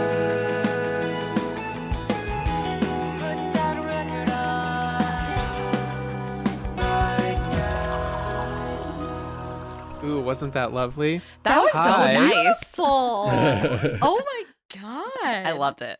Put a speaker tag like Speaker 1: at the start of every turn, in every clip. Speaker 1: tumblers. Put that record on right now.
Speaker 2: Ooh, wasn't that lovely?
Speaker 3: That was so
Speaker 2: Hi.
Speaker 3: nice.
Speaker 4: Oh, Beautiful. oh my god.
Speaker 3: I loved it.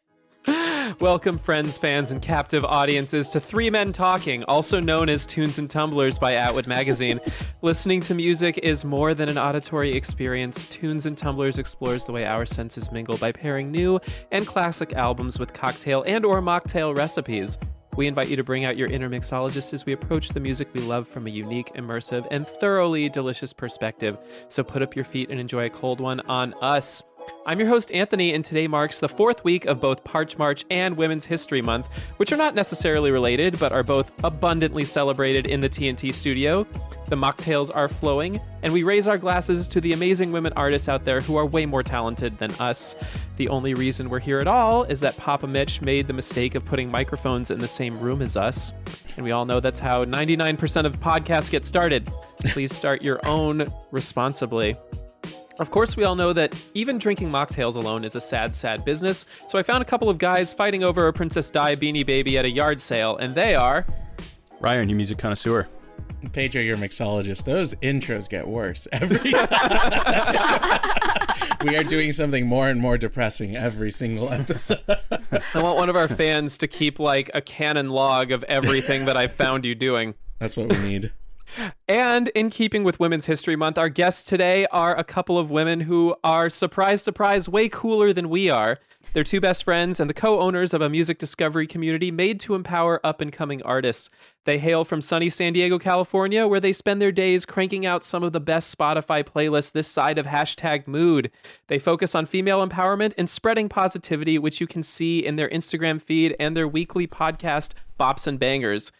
Speaker 2: Welcome, friends, fans, and captive audiences, to Three Men Talking, also known as Tunes and Tumblers by Atwood Magazine. Listening to music is more than an auditory experience. Tunes and Tumblers explores the way our senses mingle by pairing new and classic albums with cocktail and or mocktail recipes. We invite you to bring out your inner mixologist as we approach the music we love from a unique, immersive, and thoroughly delicious perspective. So put up your feet and enjoy a cold one on us. I'm your host, Anthony, and today marks the fourth week of both Parch March and Women's History Month, which are not necessarily related, but are both abundantly celebrated in the TNT studio. The mocktails are flowing, and we raise our glasses to the amazing women artists out there who are way more talented than us. The only reason we're here at all is that Papa Mitch made the mistake of putting microphones in the same room as us, and we all know that's how 99% of podcasts get started. Please start your own responsibly. Of course, we all know that even drinking mocktails alone is a sad, sad business, so I found a couple of guys fighting over a Princess Di beanie baby at a yard sale, and they are.
Speaker 5: Ryan, you music connoisseur.
Speaker 6: Pedro, your mixologist, those intros get worse every time. we are doing something more and more depressing every single episode.
Speaker 2: I want one of our fans to keep like a canon log of everything that I found you doing.
Speaker 6: That's what we need.
Speaker 2: And in keeping with Women's History Month, our guests today are a couple of women who are, surprise, surprise, way cooler than we are. They're two best friends and the co owners of a music discovery community made to empower up and coming artists. They hail from sunny San Diego, California, where they spend their days cranking out some of the best Spotify playlists this side of hashtag mood. They focus on female empowerment and spreading positivity, which you can see in their Instagram feed and their weekly podcast, Bops and Bangers.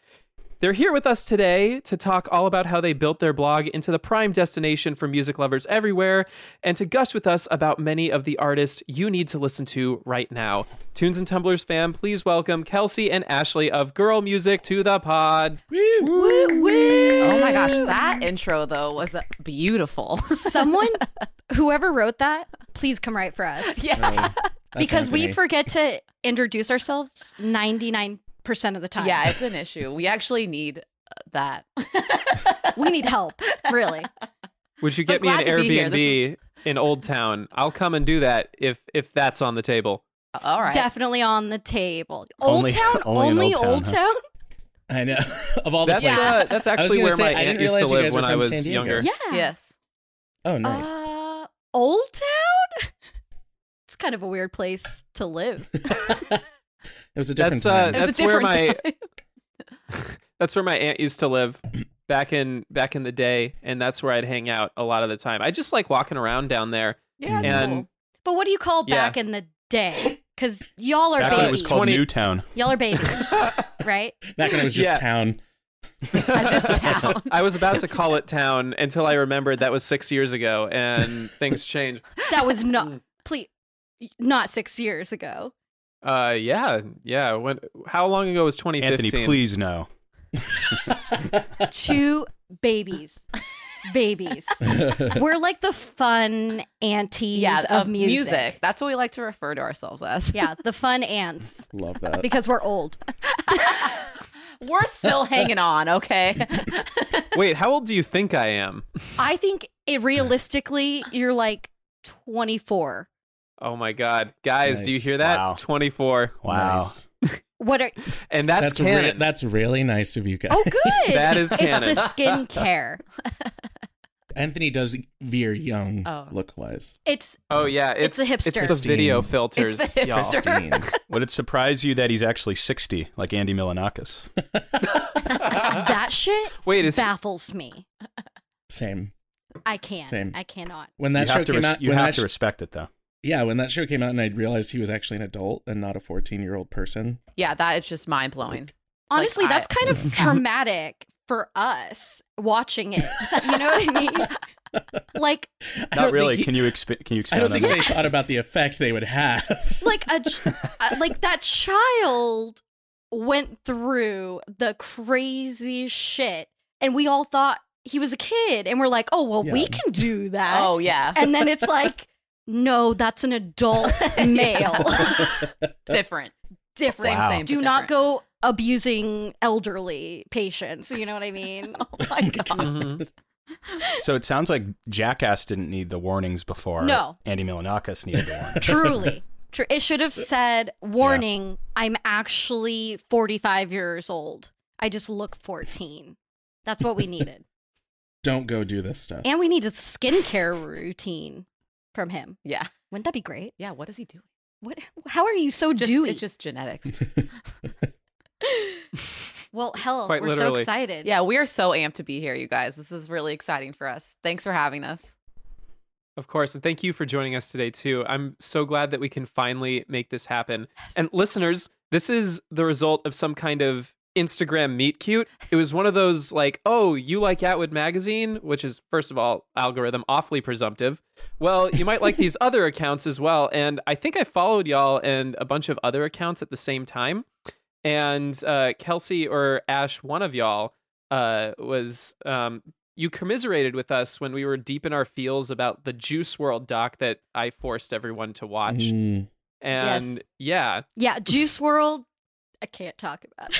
Speaker 2: They're here with us today to talk all about how they built their blog into the prime destination for music lovers everywhere and to gush with us about many of the artists you need to listen to right now. Tunes and Tumblers fam, please welcome Kelsey and Ashley of Girl Music to the pod.
Speaker 4: Woo, woo.
Speaker 3: Oh my gosh, that intro though was beautiful.
Speaker 4: Someone whoever wrote that, please come right for us.
Speaker 3: yeah.
Speaker 5: Oh,
Speaker 6: Um, that's
Speaker 4: because we
Speaker 6: Anthony.
Speaker 4: forget to introduce ourselves 99% of the time.
Speaker 3: Yeah, it's an issue. We actually need uh, that.
Speaker 4: we need help, really.
Speaker 2: Would you get
Speaker 3: I'm
Speaker 2: me an
Speaker 3: glad to be here.
Speaker 2: Airbnb
Speaker 3: This
Speaker 2: in Old Town? I'll come and do that if if that's on the table.
Speaker 3: All right.
Speaker 4: Definitely on the table. Old
Speaker 5: Only-
Speaker 4: Town,
Speaker 5: only
Speaker 4: only
Speaker 5: in Old Town,
Speaker 4: Old
Speaker 5: huh?
Speaker 4: Town?
Speaker 6: I know. of all the
Speaker 2: That's
Speaker 6: places.
Speaker 2: uh, that's
Speaker 6: was
Speaker 2: actually
Speaker 6: gonna
Speaker 2: where
Speaker 6: say,
Speaker 2: my
Speaker 6: I
Speaker 2: aunt
Speaker 6: didn't
Speaker 2: used to
Speaker 6: realize you
Speaker 2: live
Speaker 6: guys were
Speaker 2: when I
Speaker 6: from
Speaker 2: was
Speaker 6: San Diego.
Speaker 2: younger.
Speaker 4: Yeah.
Speaker 3: Yes.
Speaker 6: Oh, nice.
Speaker 4: Uh, Old Town? It's kind of a weird place to live.
Speaker 6: it was a different
Speaker 2: That's, uh,
Speaker 6: time.
Speaker 3: It was
Speaker 2: That's
Speaker 3: a
Speaker 2: where
Speaker 3: different
Speaker 2: my-
Speaker 3: time.
Speaker 2: That's where my aunt used to live back in back in the day, and that's where I'd hang out a lot of the time. I just like walking around down there.
Speaker 3: Yeah, that's
Speaker 2: and
Speaker 3: cool.
Speaker 4: But what do you call
Speaker 2: Yeah.
Speaker 4: back in the day? Because y'all are
Speaker 5: Back when it was
Speaker 4: babies.
Speaker 5: called
Speaker 2: 20
Speaker 5: Newtown.
Speaker 4: y'all are babies, right?
Speaker 6: Back when it was just
Speaker 2: yeah.
Speaker 6: town.
Speaker 3: I just town.
Speaker 2: I was about to call it town until I remembered that was six years ago and things change.
Speaker 4: That was
Speaker 2: Mm.
Speaker 4: not, please, not six years ago.
Speaker 2: Uh, yeah, yeah. When how long ago was 2015?
Speaker 5: Anthony, please no.
Speaker 4: Two babies. Babies. We're like the fun aunties
Speaker 3: yeah,
Speaker 4: of, music.
Speaker 3: That's what we like to refer to ourselves as.
Speaker 4: Yeah, the fun ants
Speaker 6: Love that.
Speaker 4: because we're old.
Speaker 3: We're still hanging on, okay?
Speaker 2: Wait, how old do you think I am?
Speaker 4: I think it realistically, you're like 24.
Speaker 2: Oh my god, guys, do you
Speaker 6: Nice.
Speaker 2: hear that?
Speaker 5: Wow.
Speaker 2: 24,
Speaker 5: Wow.
Speaker 6: Nice.
Speaker 4: What are
Speaker 2: and that's,
Speaker 6: That's, re-
Speaker 2: canon.
Speaker 6: that's really nice of you guys.
Speaker 4: oh good?
Speaker 2: That is
Speaker 4: it's
Speaker 2: canon.
Speaker 4: the skincare.
Speaker 6: Anthony does veer young
Speaker 3: Oh.
Speaker 6: look wise.
Speaker 4: It's
Speaker 2: oh yeah, it's,
Speaker 4: the hipster.
Speaker 2: It's the video
Speaker 6: Pristine.
Speaker 2: filters,
Speaker 3: It's the
Speaker 2: y'all.
Speaker 3: hipster.
Speaker 5: Would it surprise you that he's actually 60, like Andy Milanakis?
Speaker 4: that shit
Speaker 2: Wait, is
Speaker 4: baffles me.
Speaker 6: Same.
Speaker 4: I can't.
Speaker 6: Same.
Speaker 4: I cannot.
Speaker 6: When that
Speaker 5: you
Speaker 6: show
Speaker 5: have, to,
Speaker 6: came
Speaker 5: res-
Speaker 6: out,
Speaker 5: you
Speaker 6: when
Speaker 5: have
Speaker 6: that
Speaker 5: to
Speaker 6: sh-
Speaker 5: respect it, though.
Speaker 6: yeah, when that show came out, and I realized he was actually an adult and not a fourteen-year-old person.
Speaker 3: yeah, that is just mind blowing. like,
Speaker 4: Honestly,
Speaker 3: I-
Speaker 4: that's kind of traumatic for us watching it. You know what I mean? Like
Speaker 6: don't
Speaker 5: Not
Speaker 6: think
Speaker 5: really.
Speaker 6: he-
Speaker 5: can you exp- can you
Speaker 6: I
Speaker 5: expand
Speaker 6: don't
Speaker 5: on
Speaker 6: think
Speaker 5: that?
Speaker 6: they thought about the effect they would have.
Speaker 4: like a ch- uh, like that child went through the crazy shit and we all thought he was a kid and we're like, "Oh, well, we
Speaker 6: Yeah.
Speaker 4: can do that."
Speaker 3: Oh, yeah.
Speaker 4: And then it's like no, that's an adult male.
Speaker 3: different.
Speaker 4: Different.
Speaker 3: Same,
Speaker 5: Wow.
Speaker 3: same. but
Speaker 4: Do not
Speaker 3: different.
Speaker 4: go abusing elderly patients. You know what I mean?
Speaker 3: Oh my god.
Speaker 2: Mhm.
Speaker 5: So it sounds like Jackass didn't need the warnings before
Speaker 4: No.
Speaker 5: Andy Milonakis needed the warning.
Speaker 4: Truly. Tru- It should have said, warning, I'm actually 45 years old. I just look 14. That's what we needed.
Speaker 6: Don't go do this stuff.
Speaker 4: and we needed skincare routine from him.
Speaker 3: Yeah.
Speaker 4: Wouldn't that be great?
Speaker 3: Yeah. What is he doing?
Speaker 4: What? How are you so
Speaker 3: Just,
Speaker 4: dewy?
Speaker 3: It's just genetics.
Speaker 4: well, hell,
Speaker 2: Quite
Speaker 4: we're so
Speaker 2: literally.
Speaker 4: excited.
Speaker 3: Yeah, we are so amped to be here, you guys. This is really exciting for us. Thanks for having us.
Speaker 2: Of course, and thank you for joining us today too. I'm so glad that we can finally make this happen. And listeners, this is the result of some kind of Instagram meet cute. It was one of those like, oh, you like Atwood magazine, which is first of all algorithm awfully presumptive. Well, you might like these other accounts as well. And I think I followed y'all and a bunch of other accounts at the same time. And uh, Kelsey or Ash, one of y'all, uh, was um, you commiserated with us when we were deep in our feels about the Juice World doc that I forced everyone to watch.
Speaker 6: Mm.
Speaker 2: And
Speaker 4: Yes.
Speaker 2: yeah,
Speaker 4: Yeah, Juice World. I can't talk about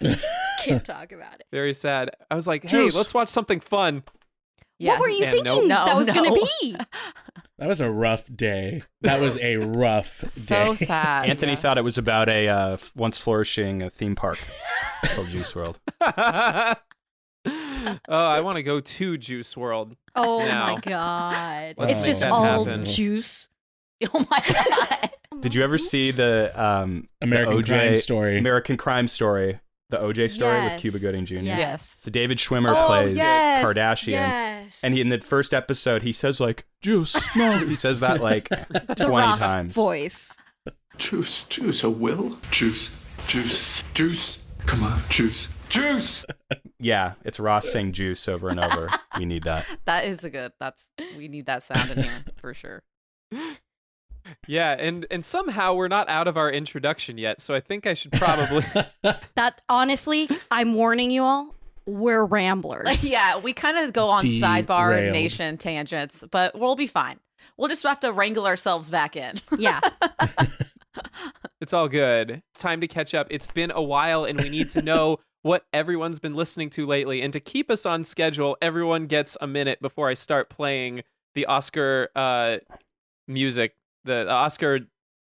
Speaker 4: it. can't talk about it.
Speaker 2: very sad. I was like, hey,
Speaker 6: Juice.
Speaker 2: let's watch something fun.
Speaker 3: Yeah.
Speaker 4: what were you
Speaker 2: Yeah, nope.
Speaker 4: thinking that
Speaker 3: No,
Speaker 4: was going
Speaker 3: no.
Speaker 4: to be?
Speaker 6: That was a rough day. That was a rough
Speaker 3: So
Speaker 6: day.
Speaker 3: sad.
Speaker 5: Anthony thought it was about a uh, f- once flourishing uh, theme park called Juice World.
Speaker 2: oh, I want to go to Juice World.
Speaker 4: Oh
Speaker 2: No.
Speaker 4: my god!
Speaker 6: Let's
Speaker 4: it's
Speaker 6: make
Speaker 4: just
Speaker 6: that
Speaker 4: all
Speaker 6: happen.
Speaker 4: juice.
Speaker 3: Oh my god.
Speaker 5: Did you ever see the um,
Speaker 6: American
Speaker 5: the OJ
Speaker 6: Crime Story.
Speaker 5: American Crime Story, the OJ story
Speaker 4: Yes.
Speaker 5: with Cuba Gooding Jr.
Speaker 4: Yeah.
Speaker 3: yes.
Speaker 5: So David Schwimmer
Speaker 3: Oh,
Speaker 5: plays
Speaker 3: yes.
Speaker 5: Kardashian,
Speaker 4: Yes.
Speaker 5: and he, in the first episode he says like juice. No, he says that like
Speaker 4: the
Speaker 5: twenty
Speaker 4: Ross
Speaker 5: times.
Speaker 4: voice.
Speaker 7: Juice, juice, a will? Juice, juice, juice. Come on, juice, juice!
Speaker 5: Yeah, it's Ross saying juice over and over. we need that.
Speaker 3: That is a good. That's we need that sound in here for sure.
Speaker 2: Yeah, and and somehow we're not out of our introduction yet, so I think I should probably
Speaker 4: That honestly, I'm warning you all. We're ramblers.
Speaker 3: yeah, we kind of go on sidebar
Speaker 6: Derailed.
Speaker 3: nation tangents, but we'll be fine. We'll just have to wrangle ourselves back in.
Speaker 4: yeah.
Speaker 2: It's all good. It's time to catch up. It's been a while, and we need to know what everyone's been listening to lately. And to keep us on schedule, everyone gets a minute before I start playing the Oscar uh, music, the, the Oscar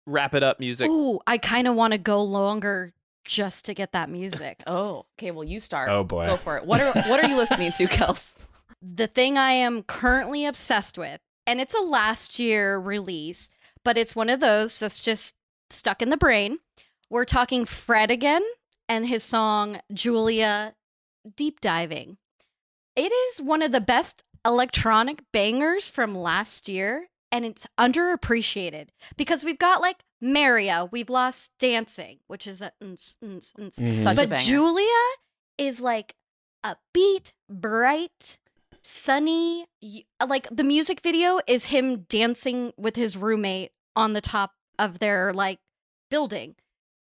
Speaker 2: wrap it up music.
Speaker 4: Ooh, I kind of want to go longer just to get that music.
Speaker 3: Oh, okay. Well, you start.
Speaker 5: Oh, boy.
Speaker 3: go for it. What are what are you listening to, Kels?
Speaker 4: the thing I am currently obsessed with, and it's a last year release, but it's one of those that's just stuck in the brain. We're talking Fred again and his song Julia Deep Diving. It is one of the best electronic bangers from last year, and it's underappreciated because we've got like Maria, we've lost dancing, which is a mm, mm, mm,
Speaker 6: Mhm.
Speaker 3: Such a
Speaker 4: but
Speaker 3: banger.
Speaker 4: Julia is like upbeat, bright, sunny. Y- Like the music video is him dancing with his roommate on the top of their like building.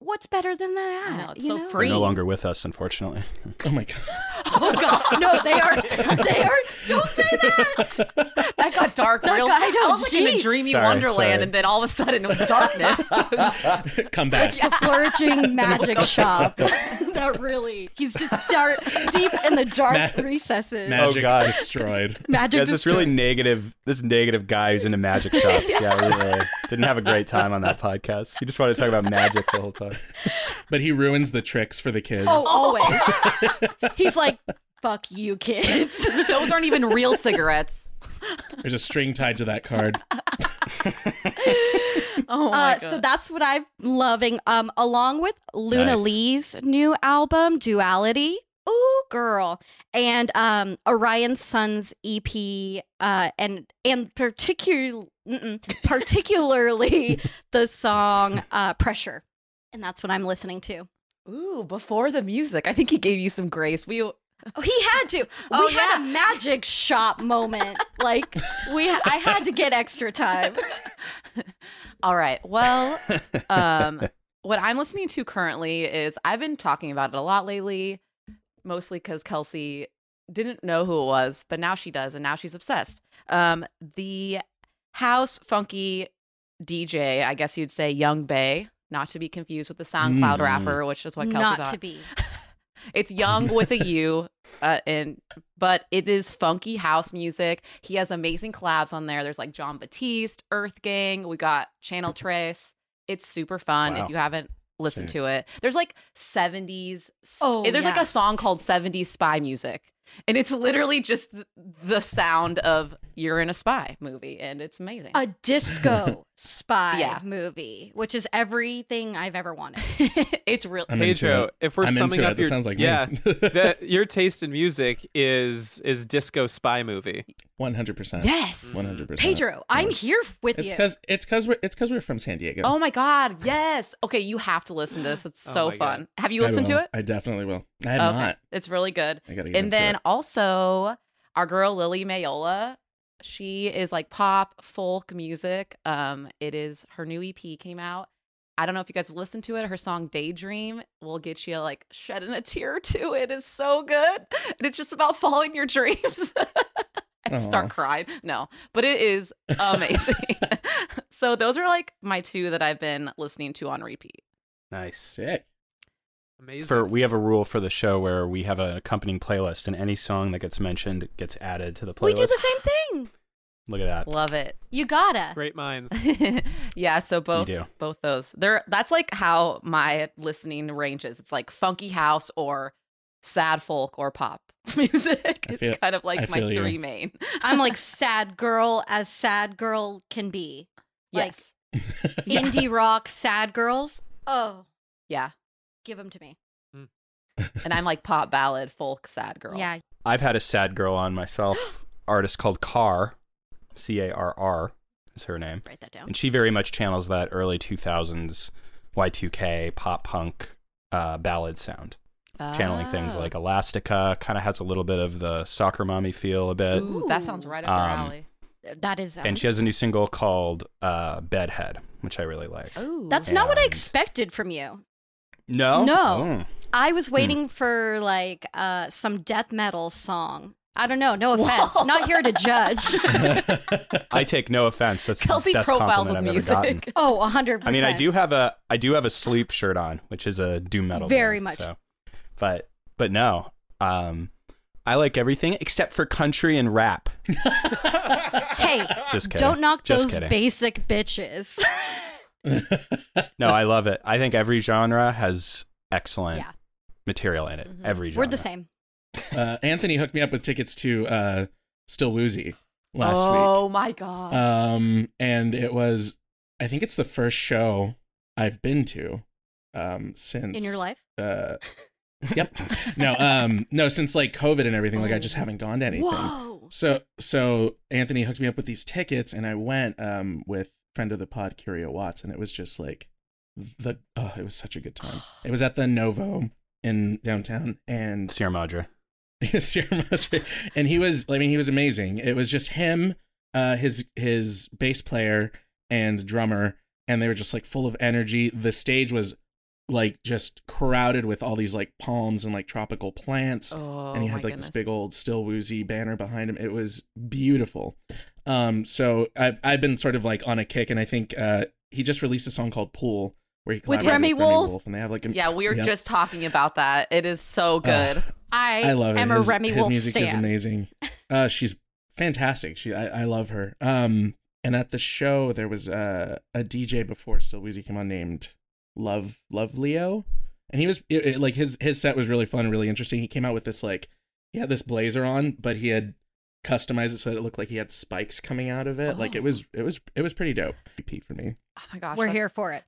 Speaker 4: What's better than that?
Speaker 3: I know, it's
Speaker 4: you
Speaker 3: so
Speaker 4: know?
Speaker 5: They're
Speaker 3: free.
Speaker 5: no longer with us, unfortunately.
Speaker 6: oh my god.
Speaker 4: Oh god, no, they are. They are. Don't say that.
Speaker 3: That got dark.
Speaker 4: That
Speaker 3: real.
Speaker 4: got- I know,
Speaker 3: was like in a
Speaker 4: gee.
Speaker 3: dreamy
Speaker 5: Sorry,
Speaker 3: wonderland,
Speaker 5: sorry.
Speaker 3: and then all of a sudden it was darkness.
Speaker 6: Come back.
Speaker 4: It's the flourishing magic shop. that really. He's just dark, deep in the dark
Speaker 6: Ma-
Speaker 4: recesses.
Speaker 6: Magic
Speaker 5: Oh, God.
Speaker 6: destroyed.
Speaker 4: Magic.
Speaker 5: There's this
Speaker 4: destroy-
Speaker 5: really negative, this negative guy who's into magic shops. Yeah, we really didn't have a great time on that podcast. He just wanted to talk about magic the whole time.
Speaker 6: But he ruins the tricks for the kids.
Speaker 4: Oh, always. He's like, "Fuck you, kids."
Speaker 3: Those aren't even real cigarettes.
Speaker 6: There's a string tied to that card.
Speaker 3: Oh my
Speaker 4: Uh, so
Speaker 3: God.
Speaker 4: that's what I'm loving. Um, along with Luna
Speaker 5: Nice.
Speaker 4: Lee's new album, Duality. Ooh, girl, and um, Orion's Sons EP, uh, and and particular, particularly the song uh, "Pressure," and that's what I'm listening to.
Speaker 3: Ooh, before the music, I think he gave you some grace. We
Speaker 4: Oh, he had to.
Speaker 3: Oh,
Speaker 4: we had a magic shop moment. like we, I had to get extra time.
Speaker 3: all right. Well, um, what I'm listening to currently is I've been talking about it a lot lately, mostly because Kelsey didn't know who it was, but now she does, and now she's obsessed. Um, the house funky DJ, I guess you'd say Young Bay, not to be confused with the SoundCloud
Speaker 6: Mm.
Speaker 3: rapper, which is what Kelsey
Speaker 4: Not
Speaker 3: thought.
Speaker 4: to be.
Speaker 3: It's Young with a U, uh, and but it is funky house music. He has amazing collabs on there. There's like John Batiste, Earth Gang. We got Channel Trace. It's super fun.
Speaker 6: Wow.
Speaker 3: If you haven't listened
Speaker 6: Sick.
Speaker 3: to it, there's like 70s. s-
Speaker 4: Oh,
Speaker 3: there's like
Speaker 4: yeah.
Speaker 3: a song called 70s Spy Music, and it's literally just th- the sound of you're in a spy movie, and it's amazing.
Speaker 4: A disco spy
Speaker 3: Yeah.
Speaker 4: movie, which is everything I've ever wanted.
Speaker 3: it's real.
Speaker 6: I'm into
Speaker 2: Pedro,
Speaker 6: it.
Speaker 2: if we're
Speaker 6: I'm
Speaker 2: summing
Speaker 6: into
Speaker 2: up
Speaker 6: it.
Speaker 2: your
Speaker 6: That sounds like
Speaker 2: yeah,
Speaker 6: me.
Speaker 2: that your taste in music is is disco spy movie.
Speaker 6: One hundred percent.
Speaker 3: Yes.
Speaker 6: One hundred percent.
Speaker 4: Pedro, I'm here with
Speaker 6: It's
Speaker 4: you.
Speaker 6: because it's because we're it's because we're from San Diego.
Speaker 3: Oh my God. Yes. Okay. You have to listen to this. It's
Speaker 2: Oh
Speaker 3: so
Speaker 2: my
Speaker 3: fun.
Speaker 2: God.
Speaker 3: Have you listened
Speaker 6: I will.
Speaker 3: to it?
Speaker 6: I definitely will. I have
Speaker 3: okay.
Speaker 6: not.
Speaker 3: It's really good.
Speaker 6: I gotta get
Speaker 3: And
Speaker 6: into
Speaker 3: then
Speaker 6: it.
Speaker 3: also our girl Lily Mayola. She is like pop folk music. Um, it is her new EP came out. I don't know if you guys listened to it. Her song Daydream will get you like shedding a tear or two. It is so good. And it's just about following your dreams. and
Speaker 6: Aw.
Speaker 3: start crying. No, but it is amazing. so those are like my two that I've been listening to on repeat.
Speaker 5: Nice.
Speaker 6: sick.
Speaker 2: Amazing.
Speaker 5: For we have a rule for the show where we have an accompanying playlist, and any song that gets mentioned gets added to the playlist.
Speaker 4: we do the same thing.
Speaker 5: Look at that.
Speaker 3: Love it.
Speaker 4: You gotta.
Speaker 2: Great minds.
Speaker 3: yeah, so both
Speaker 5: do.
Speaker 3: both those. They're that's like how my listening ranges. It's like funky house or sad folk or pop music.
Speaker 6: I
Speaker 3: It's
Speaker 6: feel-
Speaker 3: kind of
Speaker 6: I
Speaker 3: like my
Speaker 6: feel you.
Speaker 3: three main.
Speaker 4: I'm like sad girl as sad girl can be. Like
Speaker 3: Yes.
Speaker 4: indie rock sad girls. Oh,
Speaker 3: Yeah.
Speaker 4: give them to me.
Speaker 3: And I'm like pop ballad, folk, sad girl.
Speaker 4: Yeah.
Speaker 5: I've had a sad girl on myself. artist called Carr, C A R R is her name,
Speaker 4: Write that down.
Speaker 5: and she very much channels that early two thousands Y two K pop punk uh, ballad sound, channeling things
Speaker 3: Oh.
Speaker 5: like Elastica. Kind of has a little bit of the soccer mommy feel a bit,
Speaker 3: Ooh, that sounds right up
Speaker 5: Um,
Speaker 3: your alley.
Speaker 4: That is. Um,
Speaker 5: and she has a new single called uh, Bedhead, which I really like.
Speaker 3: Ooh.
Speaker 4: that's not what I
Speaker 5: and-
Speaker 4: expected from you.
Speaker 5: No,
Speaker 4: No.
Speaker 5: Oh.
Speaker 4: I was waiting for like uh, some death metal song. I don't know. No offense. Not here to judge.
Speaker 5: I take no offense. That's
Speaker 3: Kelsey
Speaker 5: the best
Speaker 3: profiles with
Speaker 5: compliment I've ever gotten.
Speaker 3: music.
Speaker 4: Oh, 100%.
Speaker 5: I mean, I do have a I do have a sleep shirt on, which is a doom metal.
Speaker 4: Very
Speaker 5: band,
Speaker 4: much.
Speaker 5: So. But but no, um, I like everything except for country and rap.
Speaker 4: Hey,
Speaker 5: Just kidding.
Speaker 4: don't knock
Speaker 5: Just
Speaker 4: those
Speaker 5: kidding.
Speaker 4: basic bitches.
Speaker 5: no, I love it. I think every genre has excellent
Speaker 4: Yeah. Mm-hmm.
Speaker 5: material in it. Every genre.
Speaker 4: We're the same.
Speaker 6: uh, Anthony hooked me up with tickets to uh, Still Woozy last week.
Speaker 3: oh my god.
Speaker 6: Um, and it was, I think it's the first show I've been to um, since
Speaker 4: In your life?
Speaker 6: Uh, yep. No, um, no, since like COVID and everything, like I
Speaker 4: Oh.
Speaker 6: just haven't gone to anything.
Speaker 4: Whoa.
Speaker 6: So, so Anthony hooked me up with these tickets, and I went um, with friend of the pod, Curio Watts, and it was just like the oh, it was such a good time. It was at the Novo in downtown, and
Speaker 5: Sierra Madre.
Speaker 6: Sierra Madre. And he was, I mean, he was amazing. It was just him, uh, his his bass player and drummer, and they were just like full of energy. The stage was like just crowded with all these like palms and like tropical plants
Speaker 3: oh,
Speaker 6: and he
Speaker 3: my
Speaker 6: had like
Speaker 3: goodness.
Speaker 6: this big old still woozy banner behind him. It was beautiful. Um, so I've I've been sort of like on a kick, and I think uh, he just released a song called Pool where he
Speaker 4: With
Speaker 6: collaborated
Speaker 4: Remy Wolf?
Speaker 6: and they have like a,
Speaker 3: Yeah, we were
Speaker 6: Yeah. Uh,
Speaker 3: just talking about that. It is so good. Oh
Speaker 4: I,
Speaker 6: I love
Speaker 4: am
Speaker 6: it.
Speaker 4: a
Speaker 6: His,
Speaker 4: Remy
Speaker 6: his
Speaker 4: Wolf
Speaker 6: music is
Speaker 4: stan.
Speaker 6: amazing. Uh, she's fantastic. She I, I love her. Um, and at the show there was uh, a DJ before Still Woozy came on named Love Love Leo, and he was it, it- like his his set was really fun, and really interesting. He came out with this like he had this blazer on, but he had customized it so that it looked like he had spikes coming out of it.
Speaker 4: Oh.
Speaker 6: Like it was it was it was pretty dope. EP for me.
Speaker 3: Oh my gosh.
Speaker 4: We're
Speaker 3: that's-
Speaker 4: here for it.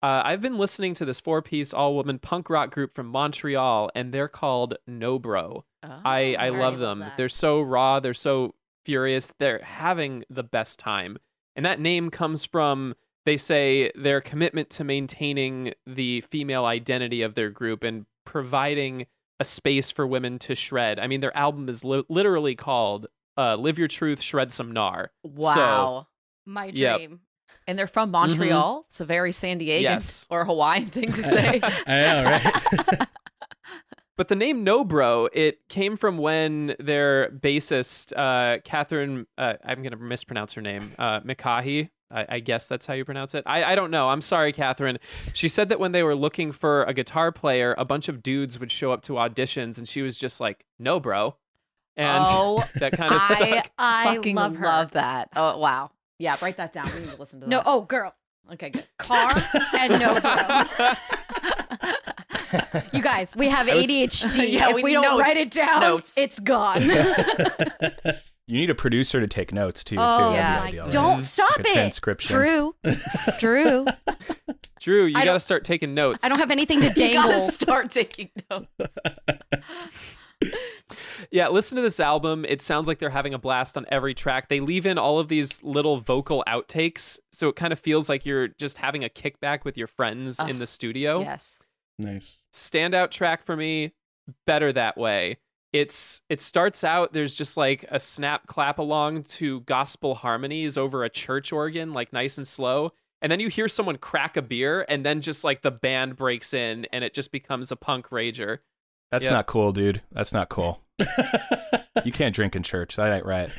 Speaker 2: Uh, I've been listening to this four piece all woman punk rock group from Montreal, and they're called No Bro.
Speaker 3: Oh,
Speaker 2: I, I
Speaker 4: already
Speaker 2: love
Speaker 4: love
Speaker 2: them.
Speaker 4: that.
Speaker 2: They're so raw, they're so furious, they're having the best time. And that name comes from, they say, their commitment to maintaining the female identity of their group and providing a space for women to shred. I mean, their album is li- literally called uh, Live Your Truth, Shred Some Gnar.
Speaker 3: Wow.
Speaker 4: My
Speaker 2: Yep.
Speaker 4: dream.
Speaker 3: and they're from Montreal. It's a very San Diego
Speaker 2: Mm-hmm. Yes.
Speaker 3: or Hawaiian thing to say.
Speaker 6: I know, right?
Speaker 2: But the name No Bro, it came from when their bassist, uh, Catherine, uh, I'm going to mispronounce her name, uh, Mikahi. I, I guess that's how you pronounce it. I, I don't know. I'm sorry, Catherine. She said that when they were looking for a guitar player, a bunch of dudes would show up to auditions, and she was just like, "No, bro," and
Speaker 3: oh,
Speaker 2: that kind of stuck.
Speaker 3: I
Speaker 4: I
Speaker 3: fucking
Speaker 4: love her.
Speaker 3: that. Oh wow. Yeah, write that down. We need to listen to
Speaker 4: No,
Speaker 3: that.
Speaker 4: oh girl,
Speaker 3: Okay, good.
Speaker 4: car and no bro. You guys, we have ADHD.
Speaker 3: Yeah,
Speaker 4: if
Speaker 3: we-
Speaker 4: we, don't
Speaker 3: notes.
Speaker 4: write it down,
Speaker 3: Notes.
Speaker 4: it's gone.
Speaker 5: You need a producer to take notes too.
Speaker 4: oh
Speaker 5: too.
Speaker 3: yeah.
Speaker 4: my
Speaker 5: That'd be ideal, right?
Speaker 4: Don't
Speaker 5: Like
Speaker 4: stop
Speaker 5: a
Speaker 4: it.
Speaker 5: Transcription.
Speaker 4: Drew. Drew.
Speaker 2: Drew, you
Speaker 4: I
Speaker 2: got to
Speaker 4: don't-
Speaker 2: start taking notes.
Speaker 4: I don't have anything to
Speaker 3: You gotta
Speaker 4: dangle.
Speaker 3: start taking notes.
Speaker 2: Yeah, listen to this album. It sounds like they're having a blast on every track. They leave in all of these little vocal outtakes, so it kind of feels like you're just having a kickback with your friends in
Speaker 3: Ugh,
Speaker 2: the studio.
Speaker 3: Yes.
Speaker 6: Nice.
Speaker 2: Standout track for me, better that way. It's it starts out there's just like a snap clap along to gospel harmonies over a church organ, like nice and slow. And then you hear someone crack a beer, and then just like the band breaks in, and it just becomes a punk rager.
Speaker 5: That's
Speaker 2: Yeah.
Speaker 5: not cool, dude. That's not cool. You can't drink in church. That ain't right.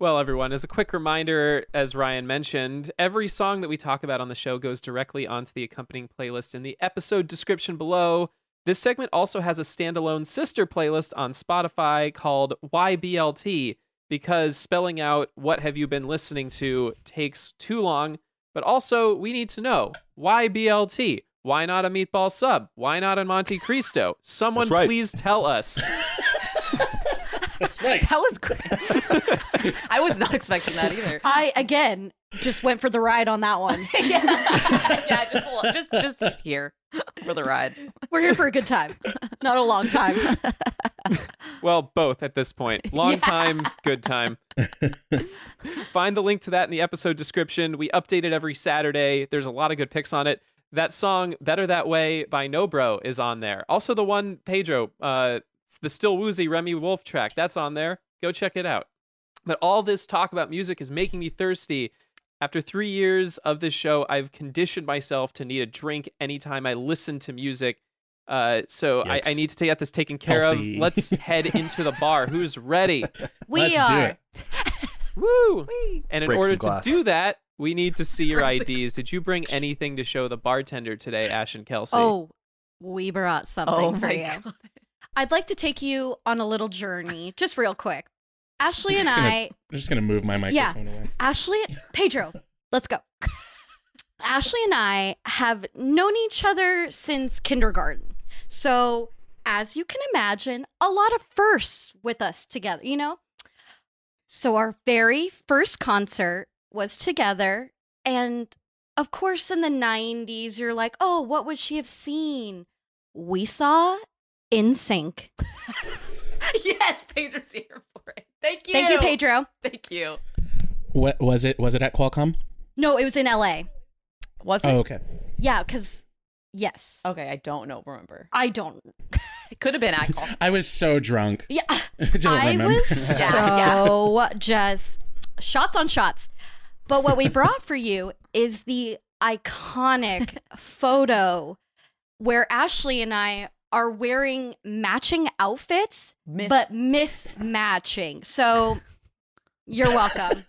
Speaker 2: Well, everyone, as a quick reminder, as Ryan mentioned, every song that we talk about on the show goes directly onto the accompanying playlist in the episode description below. This segment also has a standalone sister playlist on Spotify called YBLT because spelling out what have you been listening to takes too long. But also, we need to know why BLT? Why not a meatball sub? Why not a Monte Cristo? Someone
Speaker 5: That's right.
Speaker 2: please tell us.
Speaker 6: That's right.
Speaker 3: That was great. I was not expecting that either.
Speaker 4: I again just went for the ride on that one.
Speaker 3: yeah, yeah, just, a little- just just here for the rides.
Speaker 4: We're here for a good time, not a long time.
Speaker 2: Well, both at this point. Long
Speaker 3: Yeah.
Speaker 2: time, good time. Find the link to that in the episode description. We update it every Saturday. There's a lot of good picks on it. That song, Better That Way by No Bro, is on there. Also, the one, Pedro, uh, it's the Still Woozy Remy Wolf track, that's on there. Go check it out. But all this talk about music is making me thirsty. After three years of this show, I've conditioned myself to need a drink anytime I listen to music. Uh, so I, I
Speaker 5: Yikes.
Speaker 2: need to get this taken care
Speaker 6: Healthy.
Speaker 2: of. Let's head into the bar. Who's ready?
Speaker 4: We
Speaker 6: Let's do
Speaker 4: are.
Speaker 6: it.
Speaker 2: Woo! And in
Speaker 5: Break some
Speaker 2: order to
Speaker 5: glass.
Speaker 2: do that, we need to see your
Speaker 3: Bring the-
Speaker 2: IDs. Did you bring anything to show the bartender today, Ash and Kelsey?
Speaker 4: Oh, we brought something
Speaker 3: Oh
Speaker 4: for
Speaker 3: my
Speaker 4: you.
Speaker 3: god.
Speaker 4: I'd like to take you on a little journey, just real quick. Ashley
Speaker 6: I'm
Speaker 4: and
Speaker 6: just gonna-
Speaker 4: I,
Speaker 6: I'm just gonna move my
Speaker 4: Yeah.
Speaker 6: microphone away.
Speaker 4: Ashley, Pedro, let's go. Ashley and I have known each other since kindergarten. So, as you can imagine, a lot of firsts with us together, you know? So, our very first concert was together. And of course, in the 90s, you're like, oh, what would she have seen? We saw In Sync.
Speaker 3: Yes, Pedro's here for it. Thank you.
Speaker 4: Thank you, Pedro.
Speaker 3: Thank you.
Speaker 6: What was it? Was it at Qualcomm?
Speaker 4: No, it was in LA.
Speaker 3: Was it?
Speaker 6: Oh, okay.
Speaker 4: Yeah, because, yes.
Speaker 3: Okay, I don't know. Remember,
Speaker 4: I don't.
Speaker 3: it could have been I call.
Speaker 6: I was so drunk.
Speaker 4: Yeah.
Speaker 6: I don't
Speaker 4: I
Speaker 6: remember.
Speaker 4: was
Speaker 3: Yeah,
Speaker 4: so just shots on shots. But what we brought for you is the iconic photo where Ashley and I are wearing matching outfits,
Speaker 3: Miss-
Speaker 4: but mismatching. So you're welcome.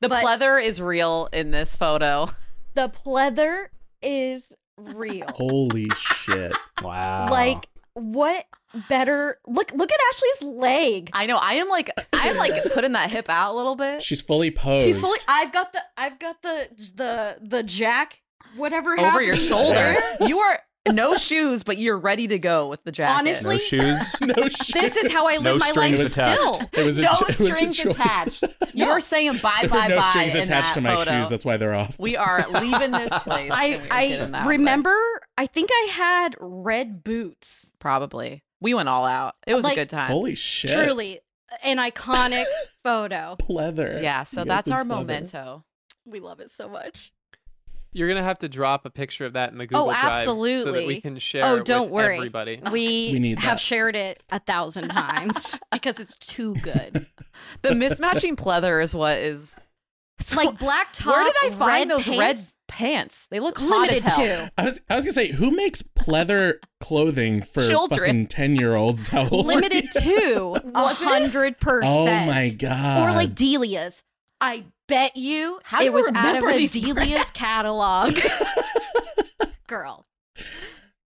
Speaker 3: The
Speaker 4: but-
Speaker 3: pleather is real in this photo.
Speaker 4: the pleather is real.
Speaker 6: Holy shit.
Speaker 5: Wow.
Speaker 4: Like what better look look at Ashley's leg.
Speaker 3: I know. I am like I'm like putting that hip out a little bit.
Speaker 6: She's fully posed.
Speaker 4: She's fully I've got the I've got the the the jack whatever
Speaker 3: over your
Speaker 4: happened
Speaker 3: shoulder.
Speaker 4: there.
Speaker 3: you are no shoes, but you're ready to go with the jacket.
Speaker 4: Honestly,
Speaker 5: no shoes.
Speaker 6: no shit.
Speaker 4: This is how I live
Speaker 5: No
Speaker 4: my life
Speaker 5: strings attached.
Speaker 4: still.
Speaker 6: it was a,
Speaker 3: uh, no
Speaker 6: it was a
Speaker 3: strings
Speaker 6: choice.
Speaker 3: attached. You are saying bye
Speaker 6: There
Speaker 3: bye
Speaker 6: were no
Speaker 3: bye.
Speaker 6: strings
Speaker 3: in
Speaker 6: attached
Speaker 3: that
Speaker 6: to my
Speaker 3: photo.
Speaker 6: shoes. That's why they're off.
Speaker 3: we are leaving this place. and we are
Speaker 4: I,
Speaker 3: getting
Speaker 4: I
Speaker 3: out,
Speaker 4: remember I think I had red boots.
Speaker 3: but probably we went all out. It was
Speaker 4: Like-
Speaker 3: a good time.
Speaker 6: Holy shit.
Speaker 4: Truly an iconic photo.
Speaker 6: Pleather.
Speaker 3: yeah, so
Speaker 6: You guys
Speaker 3: that's
Speaker 6: did
Speaker 3: our
Speaker 6: pleather.
Speaker 3: memento.
Speaker 4: We love it so much.
Speaker 2: You're gonna have to drop a picture of that in the Google Drive so that
Speaker 4: Oh, absolutely.
Speaker 2: we can share.
Speaker 4: Oh,
Speaker 2: it
Speaker 4: don't
Speaker 2: with
Speaker 4: worry.
Speaker 2: everybody.
Speaker 4: We,
Speaker 6: We need
Speaker 4: have
Speaker 6: that.
Speaker 4: shared it a thousand times because it's too good.
Speaker 3: The mismatching pleather is what is.
Speaker 4: It's like black top.
Speaker 3: Where did I find
Speaker 4: red
Speaker 3: those red
Speaker 4: pants.
Speaker 3: pants. They look hot
Speaker 4: Limited
Speaker 3: as hell.
Speaker 4: to.
Speaker 6: I was, I was gonna say, who makes pleather clothing for
Speaker 3: Children.
Speaker 6: fucking ten year olds? How old? are
Speaker 4: Limited
Speaker 6: you?
Speaker 4: to a
Speaker 3: Wasn't it?
Speaker 4: hundred percent.
Speaker 6: Oh my god!
Speaker 4: Or like Delia's. I bet you
Speaker 3: How do
Speaker 4: it
Speaker 3: you
Speaker 4: was out of
Speaker 3: remember
Speaker 4: a
Speaker 3: these
Speaker 4: Delia's catalog. Girl.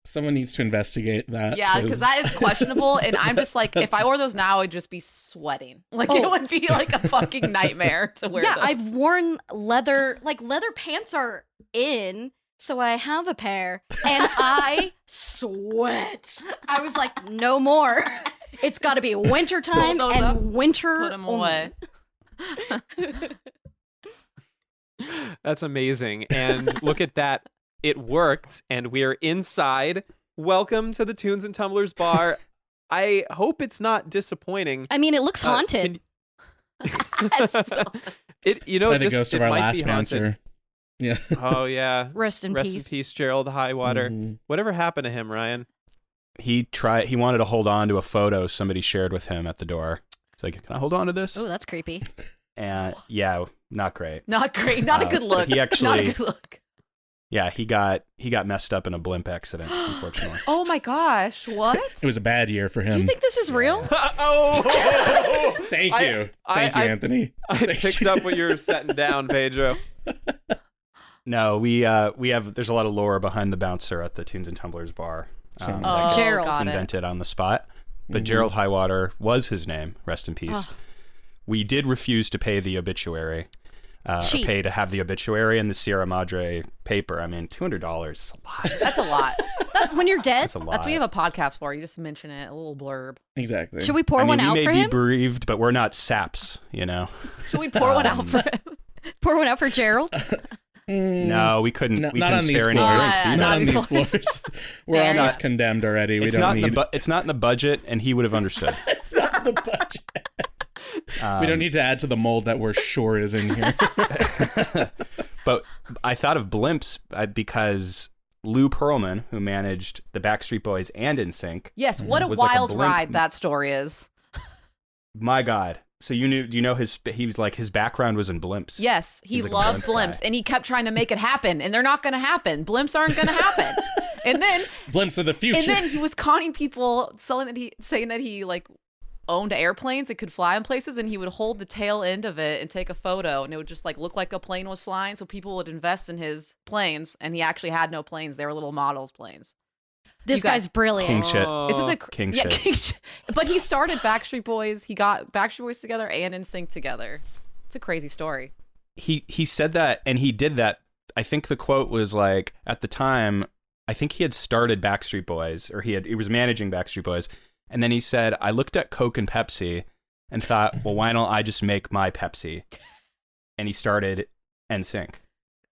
Speaker 6: someone needs to investigate that.
Speaker 3: Yeah, because that is questionable. And I'm just like, if I wore those now, I'd just be sweating. Like it
Speaker 4: Oh.
Speaker 3: would be like a fucking nightmare to wear.
Speaker 4: yeah,
Speaker 3: those.
Speaker 4: I've worn leather like leather pants are in, so I have a pair. And I sweat. I was like, no more. It's gotta be wintertime
Speaker 3: Pull those
Speaker 4: and
Speaker 3: up,
Speaker 4: winter.
Speaker 3: put them
Speaker 4: only.
Speaker 3: away.
Speaker 2: That's amazing. And look at that. It worked, and we're inside. Welcome to the Tunes and Tumblers bar. I hope it's not disappointing.
Speaker 4: I mean it looks
Speaker 2: Uh,
Speaker 4: haunted.
Speaker 3: Still.
Speaker 2: It you know
Speaker 6: by the
Speaker 2: this-
Speaker 6: ghost of
Speaker 2: it
Speaker 6: our
Speaker 2: might
Speaker 6: last
Speaker 2: be haunted.
Speaker 6: bouncer. Yeah.
Speaker 2: Oh yeah.
Speaker 4: Rest in
Speaker 2: Rest
Speaker 4: peace.
Speaker 2: in peace, Gerald Highwater.
Speaker 5: Mm-hmm.
Speaker 6: Mhm.
Speaker 2: Whatever happened to him, Ryan?
Speaker 5: He tried. He wanted to hold on to a photo somebody shared with him at the door. It's like, can I hold on to this?
Speaker 4: Oh, that's creepy.
Speaker 5: And yeah, not great.
Speaker 3: Not great. Not a
Speaker 5: Uh,
Speaker 3: good look.
Speaker 5: he
Speaker 3: Not a
Speaker 5: actually-
Speaker 3: good look.
Speaker 5: Yeah, he got he got messed up in a blimp accident. Unfortunately,
Speaker 3: Oh my gosh! What?
Speaker 6: It was a bad year for
Speaker 4: Do you
Speaker 6: him.
Speaker 4: think this is real?
Speaker 2: oh,
Speaker 6: Thank
Speaker 2: I-
Speaker 6: you,
Speaker 2: I-
Speaker 6: thank
Speaker 2: I-
Speaker 6: you, Anthony.
Speaker 2: I
Speaker 6: Thank
Speaker 2: picked
Speaker 6: you.
Speaker 2: up what you were setting down, Pedro.
Speaker 5: no, we uh we have there's a lot of lore behind the bouncer at the Tunes and Tumblers bar. um,
Speaker 6: Sure.
Speaker 5: that
Speaker 3: Oh,
Speaker 5: gets
Speaker 4: Gerald.
Speaker 3: got it.
Speaker 5: invented on the spot. But
Speaker 6: Mhm.
Speaker 5: Gerald Highwater was his name. Rest in peace. We did refuse to pay the obituary. Uh, or
Speaker 4: Cheap.
Speaker 5: pay to have the obituary and the Sierra Madre paper. I mean, two hundred dollars is a lot.
Speaker 3: That's a lot.
Speaker 4: That- when you're dead,
Speaker 5: That's a lot.
Speaker 3: That's what we have a podcast for. You just mention it, a little blurb.
Speaker 6: Exactly.
Speaker 4: should we pour
Speaker 5: I mean,
Speaker 4: one
Speaker 5: we
Speaker 4: out
Speaker 5: may
Speaker 4: for
Speaker 5: be
Speaker 4: him?
Speaker 5: bereaved, but we're not saps, you know.
Speaker 3: Should we pour one out
Speaker 5: Um,
Speaker 3: for him?
Speaker 4: pour one out for Gerald?
Speaker 6: Mm,
Speaker 5: No, we couldn't.
Speaker 6: No,
Speaker 5: we
Speaker 6: not
Speaker 5: couldn't
Speaker 6: on these
Speaker 5: spare
Speaker 6: floors.
Speaker 5: any drinks.
Speaker 3: Yeah,
Speaker 5: either.
Speaker 6: Not on
Speaker 3: Not
Speaker 6: these
Speaker 3: on these
Speaker 6: floors. We're
Speaker 4: Fair.
Speaker 6: almost condemned already. We
Speaker 5: it's
Speaker 6: don't
Speaker 5: not in
Speaker 6: need.
Speaker 5: the bu- it's not in the budget, and he would have understood.
Speaker 6: it's not the budget. we
Speaker 5: Um,
Speaker 6: don't need to add to the mold that we're sure is in here.
Speaker 5: But I thought of blimps uh, because Lou Pearlman, who managed the Backstreet Boys and NSYNC,
Speaker 3: Yes. What a
Speaker 5: Was like a
Speaker 3: wild
Speaker 5: blimp-
Speaker 3: ride that story is.
Speaker 5: my God. So you knew? Do you know his? He was like his background was in blimps.
Speaker 3: Yes, he
Speaker 5: He's like a
Speaker 3: loved
Speaker 5: blimp guy.
Speaker 3: blimps, and he kept trying to make it happen, and they're not going to happen. Blimps aren't going to happen. and then,
Speaker 6: Blimps of the future.
Speaker 3: and then he was conning people, selling that he saying that he like owned airplanes and could fly in places, and he would hold the tail end of it and take a photo, and it would just like look like a plane was flying, so people would invest in his planes, and he actually had no planes; they were little models planes.
Speaker 4: This
Speaker 3: You guys-
Speaker 4: guy's brilliant.
Speaker 5: King shit.
Speaker 2: Oh,
Speaker 3: This is a cr-
Speaker 5: King
Speaker 3: yeah,
Speaker 5: shit.
Speaker 3: King shit. But he started Backstreet Boys. He got Backstreet Boys together and In Sync together. It's a crazy story.
Speaker 5: he he said that and he did that i think the quote was like at the time i think he had started backstreet boys or he had he was managing backstreet boys and then he said i looked at coke and pepsi and thought well why don't i just make my pepsi and he started NSYNC.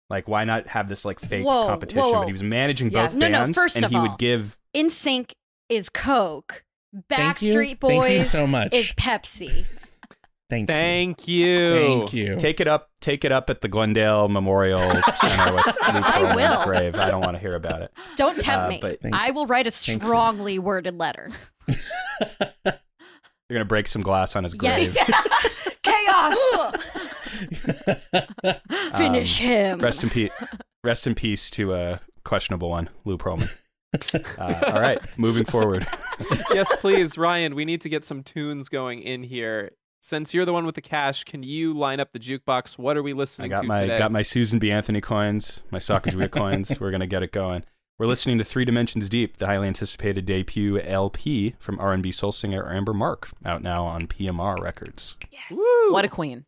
Speaker 5: like why not have this like fake
Speaker 4: Whoa,
Speaker 5: competition
Speaker 4: whoa, whoa.
Speaker 5: but he was managing
Speaker 3: Yeah.
Speaker 5: both
Speaker 4: No, no,
Speaker 5: bands
Speaker 4: first
Speaker 5: and
Speaker 4: of
Speaker 5: he
Speaker 4: all,
Speaker 5: would give
Speaker 4: In Sync is Coke.
Speaker 6: Thank you.
Speaker 4: Backstreet
Speaker 6: Thank you
Speaker 4: Boys
Speaker 6: so much.
Speaker 4: is Pepsi.
Speaker 6: Thank,
Speaker 2: Thank you.
Speaker 6: you. Thank you.
Speaker 5: Take it up, take it up at the Glendale Memorial Center with Luke
Speaker 4: I
Speaker 5: Combs'
Speaker 4: will.
Speaker 5: grave. I don't want to hear about it.
Speaker 4: Don't tempt
Speaker 5: Uh,
Speaker 4: me.
Speaker 5: but-
Speaker 6: Thank-
Speaker 4: I will write a
Speaker 6: Thank you.
Speaker 4: strongly worded letter.
Speaker 5: You're gonna break some glass on his grave.
Speaker 4: Yes.
Speaker 3: Chaos.
Speaker 4: Finish him.
Speaker 5: Um, Rest in peace. Rest in peace to a questionable one, Lou Pearlman. Uh, all right, moving forward.
Speaker 2: yes, please, Ryan. We need to get some tunes going in here. Since you're the one with the cash, can you line up the jukebox? What are we
Speaker 5: I
Speaker 2: listening
Speaker 5: got
Speaker 2: to
Speaker 5: my
Speaker 2: today?
Speaker 5: got my Susan B. Anthony coins, my Sacagawea coins. We're gonna get it going. We're listening to Three Dimensions Deep, the highly anticipated debut LP from R&B soul singer Amber Mark, out now on PMR Records.
Speaker 2: Woo!
Speaker 3: What a queen.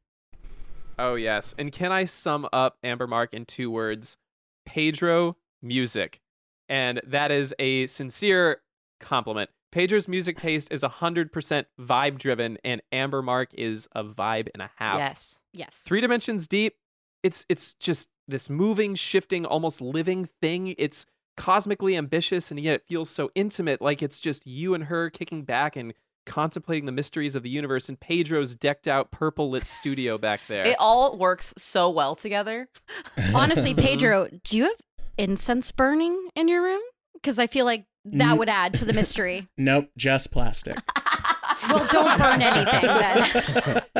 Speaker 2: oh yes. And can I sum up Amber Mark in two words? Pedro music, and that is a sincere compliment. Pedro's music taste is hundred percent vibe driven, and Amber Mark is a vibe and a half.
Speaker 3: Yes.
Speaker 4: yes.
Speaker 2: three dimensions deep it's it's just this moving shifting almost living thing it's cosmically ambitious and yet it feels so intimate like it's just you and her kicking back and contemplating the mysteries of the universe in pedro's decked out purple lit studio back there
Speaker 3: It all works so well together.
Speaker 4: Honestly, Pedro, do you have incense burning in your room? Because I feel like that
Speaker 6: N-
Speaker 4: would add to the mystery.
Speaker 6: Nope, just plastic.
Speaker 4: well, don't burn anything then.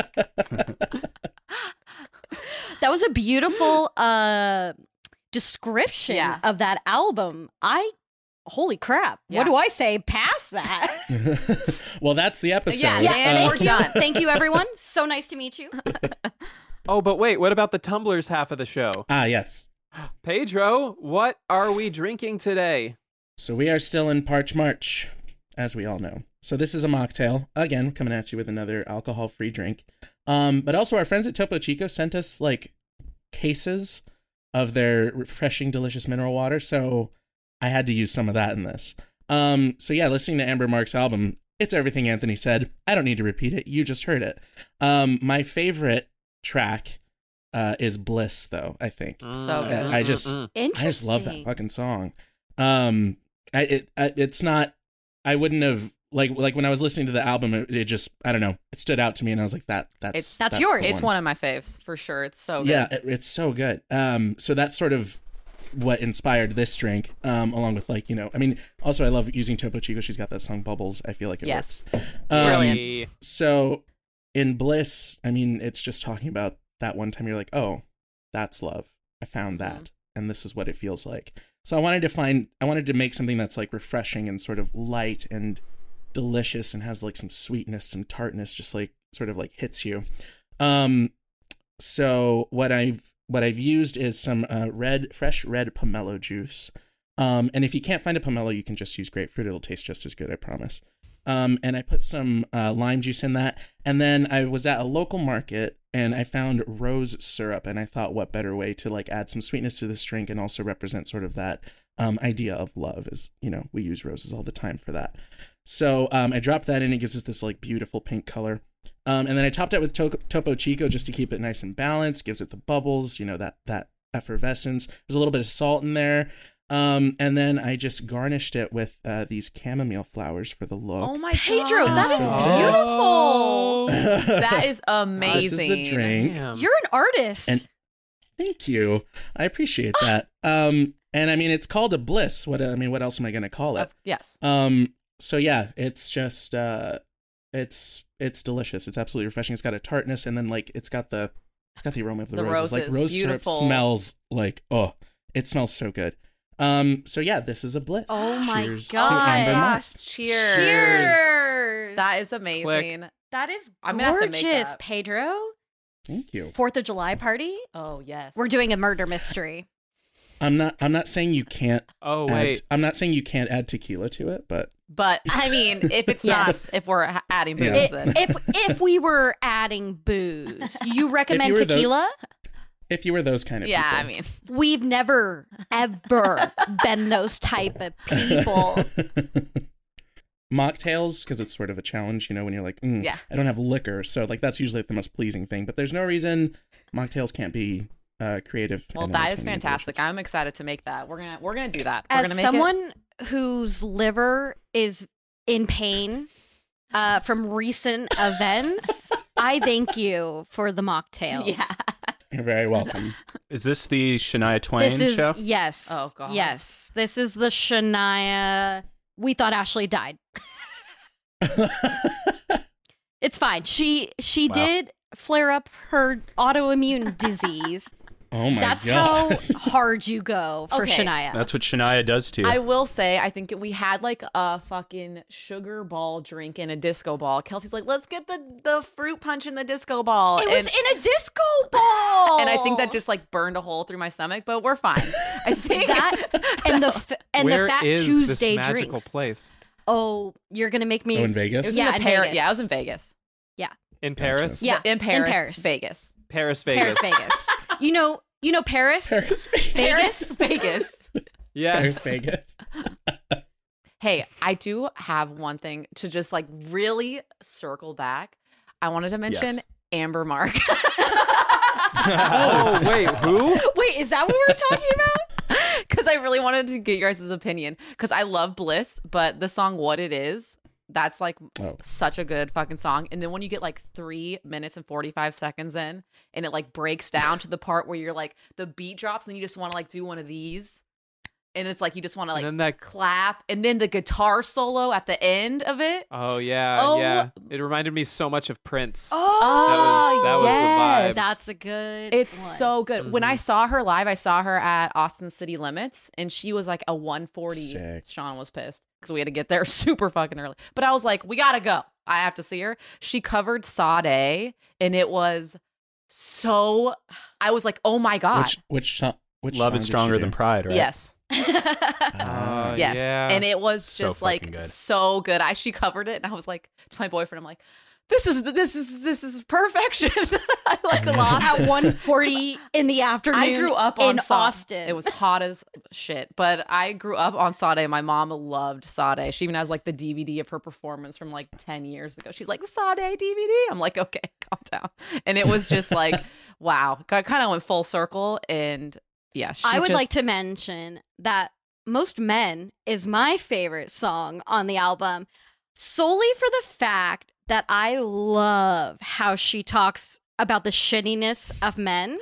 Speaker 4: that was a beautiful uh description
Speaker 3: Yeah.
Speaker 4: of that album, I holy crap.
Speaker 3: Yeah.
Speaker 4: What do I say past that?
Speaker 6: well, that's the episode.
Speaker 3: Yeah,
Speaker 4: yeah,
Speaker 3: and
Speaker 6: Uh,
Speaker 4: thank you. Thank you everyone. So nice to meet you.
Speaker 2: Oh, but wait, what about the Tumblr's half of the show?
Speaker 6: ah, yes.
Speaker 2: Pedro, what are we drinking today?
Speaker 6: So we are still in Parch March, as we all know. So this is a mocktail again, coming at you with another alcohol-free drink. Um, but also our friends at Topo Chico sent us like cases of their refreshing, delicious mineral water. So I had to use some of that in this. Um, so yeah, listening to Amber Mark's album, it's everything Anthony said. I don't need to repeat it. You just heard it. Um, my favorite track uh, is Bliss, though. I think.
Speaker 2: Mm.
Speaker 3: So
Speaker 6: good. I just-
Speaker 4: Interesting.
Speaker 6: I just love
Speaker 4: Oh
Speaker 6: that fucking song. Um, I, it I, it's not. I wouldn't have like like when I was listening to the album. It, it just I don't know. It stood out to me, and I was like that. That's
Speaker 3: It's-
Speaker 4: That's
Speaker 6: the
Speaker 4: yours.
Speaker 3: It's one of my faves for sure. It's so good.
Speaker 6: yeah, it, it's so good. Um, so that's sort of what inspired this drink, um, along with like you know. I mean, also I love using Topo Chico. She's got that song Bubbles. I feel like it
Speaker 3: Yes.
Speaker 6: works.
Speaker 3: Brilliant.
Speaker 6: So in Bliss, I mean, it's just talking about that one time you're like, oh, that's love. I found that. And this is what it feels like. So I wanted to find, I wanted to make something that's like refreshing and sort of light and delicious and has like some sweetness, some tartness, just like sort of like hits you. Um, so what I've what I've used is some uh, red, fresh red pomelo juice. Um, and if you can't find a pomelo, you can just use grapefruit. It'll taste just as good, I promise. Um, and I put some uh, lime juice in that. And then I was at a local market and I found rose syrup. And I thought, what better way to like add some sweetness to this drink and also represent sort of that um, idea of love? Is you know we use roses all the time for that. So um, I dropped that in. It gives us this like beautiful pink color. Um, and then I topped it with to- Topo Chico just to keep it nice and balanced. Gives it the bubbles, you know that that effervescence. There's a little bit of salt in there. Um, and then I just garnished it with uh, these chamomile flowers for the look.
Speaker 3: Oh my
Speaker 4: Pedro,
Speaker 3: god.
Speaker 4: that is
Speaker 2: Oh,
Speaker 4: beautiful.
Speaker 3: That is
Speaker 6: This is
Speaker 3: amazing.
Speaker 6: the drink.
Speaker 4: You're an artist.
Speaker 6: And- Thank you. I appreciate that. Um, and I mean, it's called a bliss. What I mean, what else am I going to call
Speaker 3: Uh,
Speaker 6: it?
Speaker 3: yes.
Speaker 6: Um, so yeah, it's just uh, it's it's delicious. It's absolutely refreshing. It's got a tartness, and then like it's got the it's got the aroma of the,
Speaker 3: The
Speaker 6: roses. Like
Speaker 3: roses,
Speaker 6: rose
Speaker 3: beautiful.
Speaker 6: syrup smells like oh, it smells so good. Um, so yeah, this is a bliss.
Speaker 4: Oh my
Speaker 6: Cheers to
Speaker 4: God.
Speaker 6: Amber Mark.
Speaker 3: Gosh, cheers.
Speaker 4: Cheers.
Speaker 3: That is amazing.
Speaker 4: that is gorgeous,
Speaker 3: I'm gonna have to make that.
Speaker 4: Pedro.
Speaker 6: Thank you.
Speaker 4: Fourth of July party.
Speaker 3: Oh yes.
Speaker 4: We're doing a murder mystery.
Speaker 6: I'm not. I'm not saying you can't.
Speaker 2: Oh
Speaker 6: add-
Speaker 2: wait,
Speaker 6: I'm not saying you can't add tequila to it, but
Speaker 3: But I mean, if it's
Speaker 4: Yes.
Speaker 3: not, if we're ha- adding booze,
Speaker 6: Yeah.
Speaker 4: It-
Speaker 3: then
Speaker 4: if if we were adding booze, you recommend
Speaker 6: were the-
Speaker 4: tequila?
Speaker 6: if you were those kind of
Speaker 3: yeah,
Speaker 6: people,
Speaker 3: I mean,
Speaker 4: We've never ever been those type of people.
Speaker 6: mocktails because it's sort of a challenge you know when you're like mm,
Speaker 3: Yeah.
Speaker 6: i don't have liquor so like that's usually the most pleasing thing but there's no reason mocktails can't be uh creative
Speaker 3: well,
Speaker 6: and
Speaker 3: that is
Speaker 6: entertaining and
Speaker 3: fantastic.
Speaker 6: delicious.
Speaker 3: I'm excited to make that. We're gonna we're gonna do that. We're
Speaker 4: As
Speaker 3: gonna make it.
Speaker 4: someone whose liver is in pain uh, from recent events, I thank you for the mocktails.
Speaker 3: Yeah.
Speaker 6: you're very welcome
Speaker 5: Is this the Shania Twain
Speaker 4: This is
Speaker 5: show?
Speaker 4: yes.
Speaker 3: Oh, God.
Speaker 4: Yes. This is the Shania we thought Ashley died. It's fine. She she
Speaker 5: Wow.
Speaker 4: did flare up her autoimmune disease.
Speaker 6: oh my
Speaker 4: That's
Speaker 6: god
Speaker 4: how hard you go for
Speaker 3: Okay.
Speaker 4: Shania.
Speaker 5: That's what Shania does to you.
Speaker 3: I will say, I think we had like a fucking sugar ball drink and a disco ball. Kelsey's like, let's get the the fruit punch in the disco ball.
Speaker 4: it
Speaker 3: and,
Speaker 4: was in a disco ball.
Speaker 3: and I think
Speaker 4: Oh.
Speaker 3: that just like burned a hole through my stomach, but we're fine. I think
Speaker 4: that and the f- and
Speaker 2: where
Speaker 4: the Fat
Speaker 2: is
Speaker 4: Tuesday
Speaker 2: this magical
Speaker 4: drinks.
Speaker 2: place
Speaker 4: Oh, you're gonna make me
Speaker 6: oh in
Speaker 3: It
Speaker 6: vegas
Speaker 3: was
Speaker 4: Yeah,
Speaker 3: in,
Speaker 4: in
Speaker 3: the Par-
Speaker 4: Vegas.
Speaker 3: Yeah, I was in Vegas.
Speaker 2: in Paris?
Speaker 4: yeah
Speaker 3: in Paris,
Speaker 4: Paris.
Speaker 3: Vegas,
Speaker 2: Paris,
Speaker 4: Paris
Speaker 2: Vegas.
Speaker 4: Vegas. you know you know Paris,
Speaker 6: paris
Speaker 4: Vegas.
Speaker 6: vegas
Speaker 3: Vegas.
Speaker 2: Yes.
Speaker 6: paris vegas
Speaker 3: Hey, I do have one thing to just like really circle back. I wanted to mention
Speaker 5: Yes.
Speaker 3: Amber Mark.
Speaker 2: Oh wait, who?
Speaker 4: Wait, is that what we were talking about?
Speaker 3: Because I really wanted to get your guys' opinion. Because I love Bliss, but the song What It Is, that's like
Speaker 6: oh
Speaker 3: such a good fucking song. And then when you get like three minutes and 45 seconds in and it like breaks down to the part where you're like the beat drops and then you just want to like do one of these. and it's like you just want to like
Speaker 2: and then that.
Speaker 3: clap, and then the guitar solo at the end of it.
Speaker 2: Oh yeah,
Speaker 3: Oh.
Speaker 2: yeah. It reminded me so much of Prince.
Speaker 4: Oh,
Speaker 2: that was the vibe.
Speaker 4: that's a good.
Speaker 3: It's
Speaker 4: one.
Speaker 3: so good. When I
Speaker 6: Mm-hmm.
Speaker 2: Mhm.
Speaker 3: saw her live, I saw her at Austin City Limits, and she was like a 140.
Speaker 6: Sick.
Speaker 3: Sean was pissed because we had to get there super fucking early. But I was like, we gotta go. I have to see her. She covered Sade, and it was so. I was like, oh my god.
Speaker 6: Which which song? Which
Speaker 5: Love
Speaker 6: song
Speaker 5: is
Speaker 6: did she
Speaker 5: stronger
Speaker 6: do?
Speaker 5: than Uh, pride, right?
Speaker 3: Yes,
Speaker 2: Oh,
Speaker 6: Ah.
Speaker 3: yes,
Speaker 2: yeah.
Speaker 3: and it was
Speaker 5: So
Speaker 3: just like
Speaker 5: fucking good.
Speaker 3: so good. I she covered it, and I was like to my boyfriend, I'm like, this is this is this is perfection. I like lost
Speaker 4: at 1:40 in the afternoon.
Speaker 3: I grew up on
Speaker 4: in
Speaker 3: Sa-
Speaker 4: Austin.
Speaker 3: It was hot as shit, but I grew up on Sade. My mom loved Sade. She even has like the DVD of her performance from like 10 years ago. She's like, the Sade DVD. I'm like, okay, calm down. And it was just like, wow. I kind of went full circle. And yeah, she
Speaker 4: I would
Speaker 3: just-
Speaker 4: like to mention that Most Men is my favorite song on the album solely for the fact that I love how she talks about the shittiness of men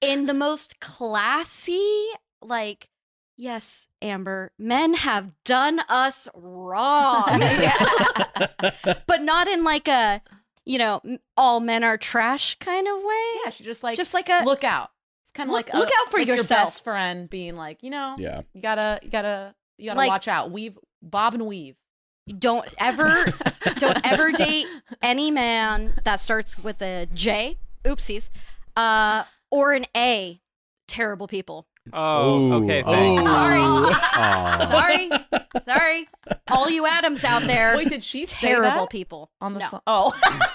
Speaker 4: in the most classy, like, yes, Amber, men have done us wrong. but not in like a, you know, m- all men are trash kind of way.
Speaker 3: yeah, she just like,
Speaker 4: Just like a
Speaker 3: look out. It's kind of
Speaker 4: Look-
Speaker 3: like, a-
Speaker 4: look out for
Speaker 3: like
Speaker 4: yourself.
Speaker 3: Your best friend being like, you know,
Speaker 6: Yeah.
Speaker 3: you gotta, you gotta, you gotta
Speaker 4: Like-
Speaker 3: watch out. Weave, bob and weave.
Speaker 4: don't ever don't ever date any man that starts with a J, oopsies, uh, or an A. Terrible people.
Speaker 2: oh,
Speaker 5: Ooh.
Speaker 2: okay.
Speaker 5: Oh.
Speaker 2: Thanks.
Speaker 4: Sorry.
Speaker 5: Aw.
Speaker 4: Sorry, sorry. All you Adams out there,
Speaker 3: Wait, did she say
Speaker 4: terrible
Speaker 3: that
Speaker 4: people
Speaker 3: on the
Speaker 4: No.
Speaker 3: song? Oh.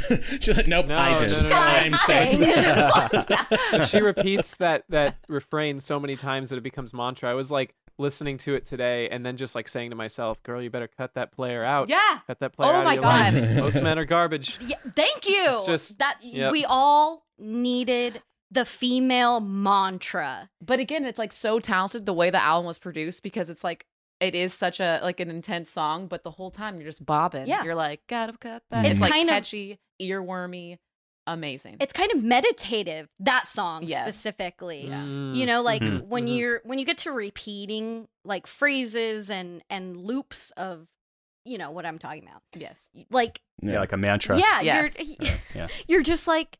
Speaker 6: She's like, nope,
Speaker 2: No,
Speaker 6: I
Speaker 2: no, no,
Speaker 6: did.
Speaker 2: no, no.
Speaker 6: I'm
Speaker 3: saying
Speaker 6: safe.
Speaker 2: But she repeats that that refrain so many times that it becomes mantra. I was like listening to it today and then just like saying to myself, "Girl, you better cut that player out.
Speaker 3: Yeah.
Speaker 2: Cut that player
Speaker 3: Oh
Speaker 2: out
Speaker 3: my
Speaker 2: of your life.
Speaker 6: God.
Speaker 2: Most men are garbage."
Speaker 4: Yeah, thank you.
Speaker 2: It's just-
Speaker 4: that
Speaker 2: yep.
Speaker 4: we all needed the female mantra.
Speaker 3: but again it's like so talented the way the album was produced because it's like it is such a like an intense song but the whole time you're just bobbing
Speaker 4: Yeah.
Speaker 3: you're like gotta cut that
Speaker 4: It's
Speaker 3: it's, like
Speaker 4: kind of-
Speaker 3: catchy earwormy amazing
Speaker 4: It's kind of meditative. That song
Speaker 3: Yes.
Speaker 4: specifically.
Speaker 2: Mm.
Speaker 4: you know like
Speaker 5: Mhm.
Speaker 4: when
Speaker 2: Mhm.
Speaker 4: you're when you get to repeating like phrases and and loops of you know what i'm talking about
Speaker 3: yes
Speaker 4: like
Speaker 5: Yeah, like a mantra.
Speaker 4: yeah you're
Speaker 5: Yeah, yeah.
Speaker 4: you're just like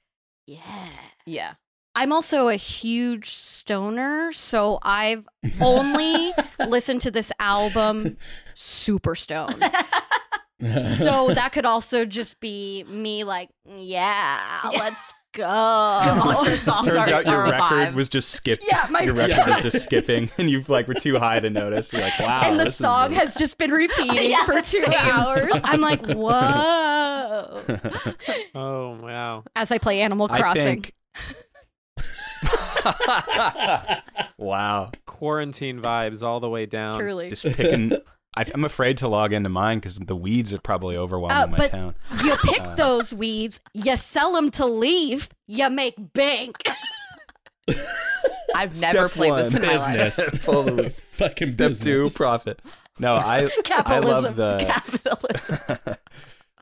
Speaker 4: yeah
Speaker 3: yeah
Speaker 4: i'm also a huge stoner so i've only listened to this album super stoned so that could also just be me like yeah,
Speaker 3: Yeah.
Speaker 4: let's go
Speaker 3: Mantra songs
Speaker 5: Turns
Speaker 3: are,
Speaker 5: out your
Speaker 3: are a
Speaker 5: record
Speaker 3: vibe.
Speaker 5: was just skipping.
Speaker 4: Yeah, my-
Speaker 5: your record was just skipping, and you like were too high to notice. You're like, wow.
Speaker 4: and the
Speaker 5: Oh, this is
Speaker 4: song
Speaker 5: really-
Speaker 4: has just been repeating
Speaker 3: Yeah,
Speaker 4: for two
Speaker 3: same.
Speaker 4: hours. I'm like, whoa.
Speaker 2: Oh wow.
Speaker 4: As I play Animal
Speaker 5: I
Speaker 4: Crossing.
Speaker 5: think. wow,
Speaker 2: Quarantine vibes all the way down.
Speaker 4: Truly.
Speaker 5: just picking. I, I'm afraid to log into mine because the weeds are probably overwhelming
Speaker 4: Uh,
Speaker 5: my
Speaker 4: but-
Speaker 5: town.
Speaker 4: You pick those weeds, you sell them to leave, you make bank.
Speaker 3: i've never
Speaker 5: Step
Speaker 3: played this
Speaker 5: one,
Speaker 3: in my life
Speaker 6: business.
Speaker 5: Fully.
Speaker 6: Fucking
Speaker 5: Step two,
Speaker 6: business.
Speaker 5: profit. No, I I
Speaker 4: Capitalism.
Speaker 5: love the
Speaker 3: Capitalism.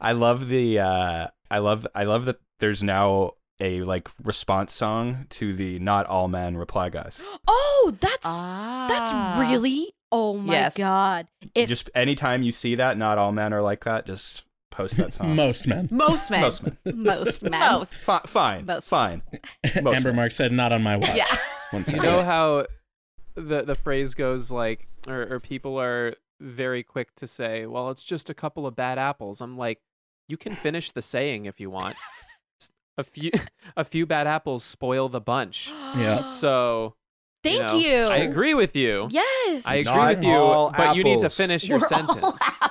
Speaker 5: I love the uh I love I love that there's now a like response song to the not all men reply guys.
Speaker 4: Oh, that's that's
Speaker 3: Ah.
Speaker 4: really oh my
Speaker 3: Yes.
Speaker 4: god. If
Speaker 5: just anytime you see that not all men are like that, just post that song.
Speaker 6: Most men.
Speaker 3: most men
Speaker 5: Most men.
Speaker 4: most men
Speaker 3: most
Speaker 5: Fi- fine.
Speaker 4: Most
Speaker 5: fine. Most
Speaker 6: Amber
Speaker 5: men.
Speaker 6: Mark said, not on my watch.
Speaker 3: yeah
Speaker 6: One
Speaker 2: you
Speaker 6: second.
Speaker 2: know how the the phrase goes like or, or people are very quick to say well it's just a couple of bad apples i'm like you can finish the saying if you want S- a few a few bad apples spoil the bunch
Speaker 6: Yeah.
Speaker 2: so you
Speaker 4: Thank
Speaker 2: know,
Speaker 4: you.
Speaker 2: i agree with you
Speaker 4: Yes.
Speaker 2: i agree
Speaker 5: Not
Speaker 2: with you
Speaker 5: all
Speaker 2: but you need to
Speaker 5: apples.
Speaker 2: finish your
Speaker 3: We're all
Speaker 2: sentence
Speaker 3: apples.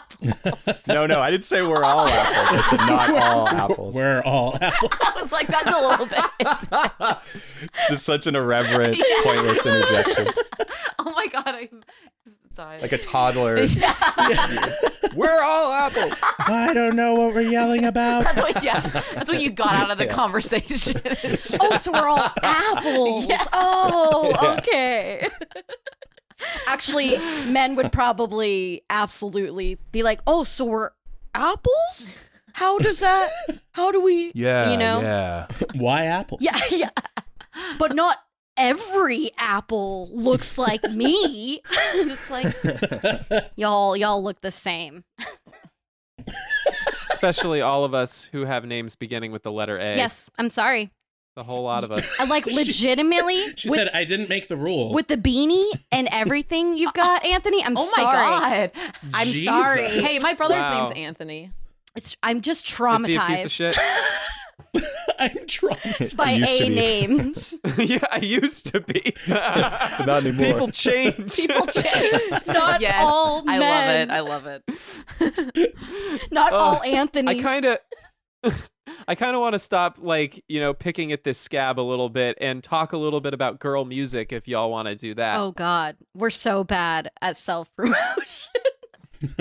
Speaker 5: No, no, I didn't say we're all apples. I said not all apples.
Speaker 6: We're all apples.
Speaker 3: i was like that's a little bit
Speaker 5: just such an irreverent, pointless interjection.
Speaker 3: oh my god i'm dying
Speaker 5: Like a toddler. we're all apples.
Speaker 6: I don't know what we're yelling about.
Speaker 3: that's what, yeah, that's what you got out of the conversation. It's just-
Speaker 4: Oh, so we're all apples. Oh, okay. Actually, men would probably absolutely be like, "Oh, so we're apples? How does that? How do we?
Speaker 5: Yeah.
Speaker 4: you know,
Speaker 5: Yeah.
Speaker 6: Why apples?
Speaker 4: yeah, yeah. But not every apple looks like me. And it's like y'all y'all look the same.
Speaker 2: especially all of us who have names beginning with the letter A.
Speaker 4: Yes, I'm sorry.
Speaker 2: the whole lot of us.
Speaker 4: I like
Speaker 6: She-
Speaker 4: legitimately
Speaker 6: she
Speaker 4: with,
Speaker 6: said, "I didn't make the rule."
Speaker 4: with the beanie and everything you've got, Anthony. I'm
Speaker 3: oh my
Speaker 4: sorry.
Speaker 3: god.
Speaker 4: I'm
Speaker 6: Jesus.
Speaker 4: sorry.
Speaker 3: Hey, my brother's
Speaker 2: Wow.
Speaker 3: name's Anthony.
Speaker 4: It's, I'm just
Speaker 2: Is he a piece
Speaker 4: traumatized
Speaker 2: of shit?
Speaker 6: I'm drunk.
Speaker 4: by
Speaker 5: It used to
Speaker 4: A
Speaker 5: be.
Speaker 4: names.
Speaker 2: yeah, I used to be.
Speaker 5: But not anymore.
Speaker 2: People change.
Speaker 4: People change. Not
Speaker 3: yes,
Speaker 4: all
Speaker 3: I
Speaker 4: men.
Speaker 3: love it. I love it.
Speaker 4: Not
Speaker 5: Oh,
Speaker 2: Uh,
Speaker 4: all Anthonys.
Speaker 2: I kind of I kind of want to stop like, you know, picking at this scab a little bit and talk a little bit about girl music if y'all want to do that.
Speaker 4: Oh God, we're so bad at self promotion.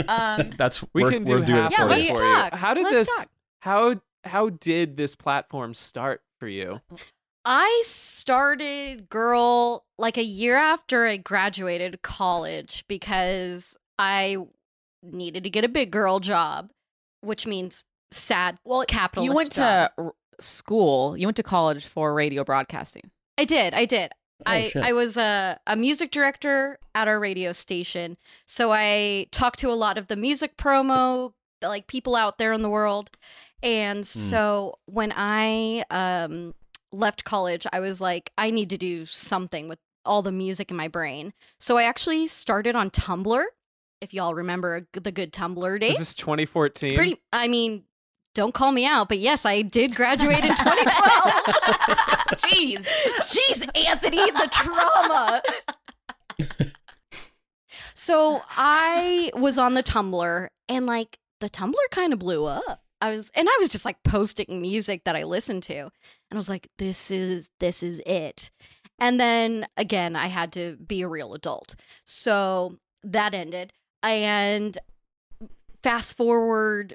Speaker 3: Um,
Speaker 5: That's
Speaker 2: we
Speaker 5: we're,
Speaker 2: can
Speaker 5: we're
Speaker 2: do
Speaker 5: doing
Speaker 2: half
Speaker 5: it
Speaker 4: Yeah,
Speaker 5: for
Speaker 2: of
Speaker 5: you.
Speaker 2: it
Speaker 4: let's
Speaker 2: for
Speaker 4: talk.
Speaker 2: you. How did
Speaker 4: Let's
Speaker 2: this
Speaker 4: talk.
Speaker 2: how how did this platform start for you?
Speaker 4: I started girl like a year after I graduated college because I needed to get a big girl job, which means sad
Speaker 3: well,
Speaker 4: capitalist.
Speaker 3: you went to
Speaker 4: job.
Speaker 3: r- school. You went to college for radio broadcasting.
Speaker 4: I did. I did.
Speaker 2: Oh,
Speaker 4: I,
Speaker 6: shit.
Speaker 4: I was a, a music director at our radio station. So I talked to a lot of the music promo, like people out there in the world. And
Speaker 2: Hmm.
Speaker 4: so when I um, left college, I was like, I need to do something with all the music in my brain. So I actually started on Tumblr, if y'all remember the good Tumblr days.
Speaker 2: Is this 2014?
Speaker 4: Pretty, I mean, don't call me out, but yes, I did graduate in 2012.
Speaker 3: Jeez.
Speaker 4: Jeez, Anthony, the trauma. so I was on the Tumblr and like the Tumblr kind of blew up. I was and I was just like posting music that I listened to. And I was like, this is this is it. And then again, I had to be a real adult. So that ended. And fast forward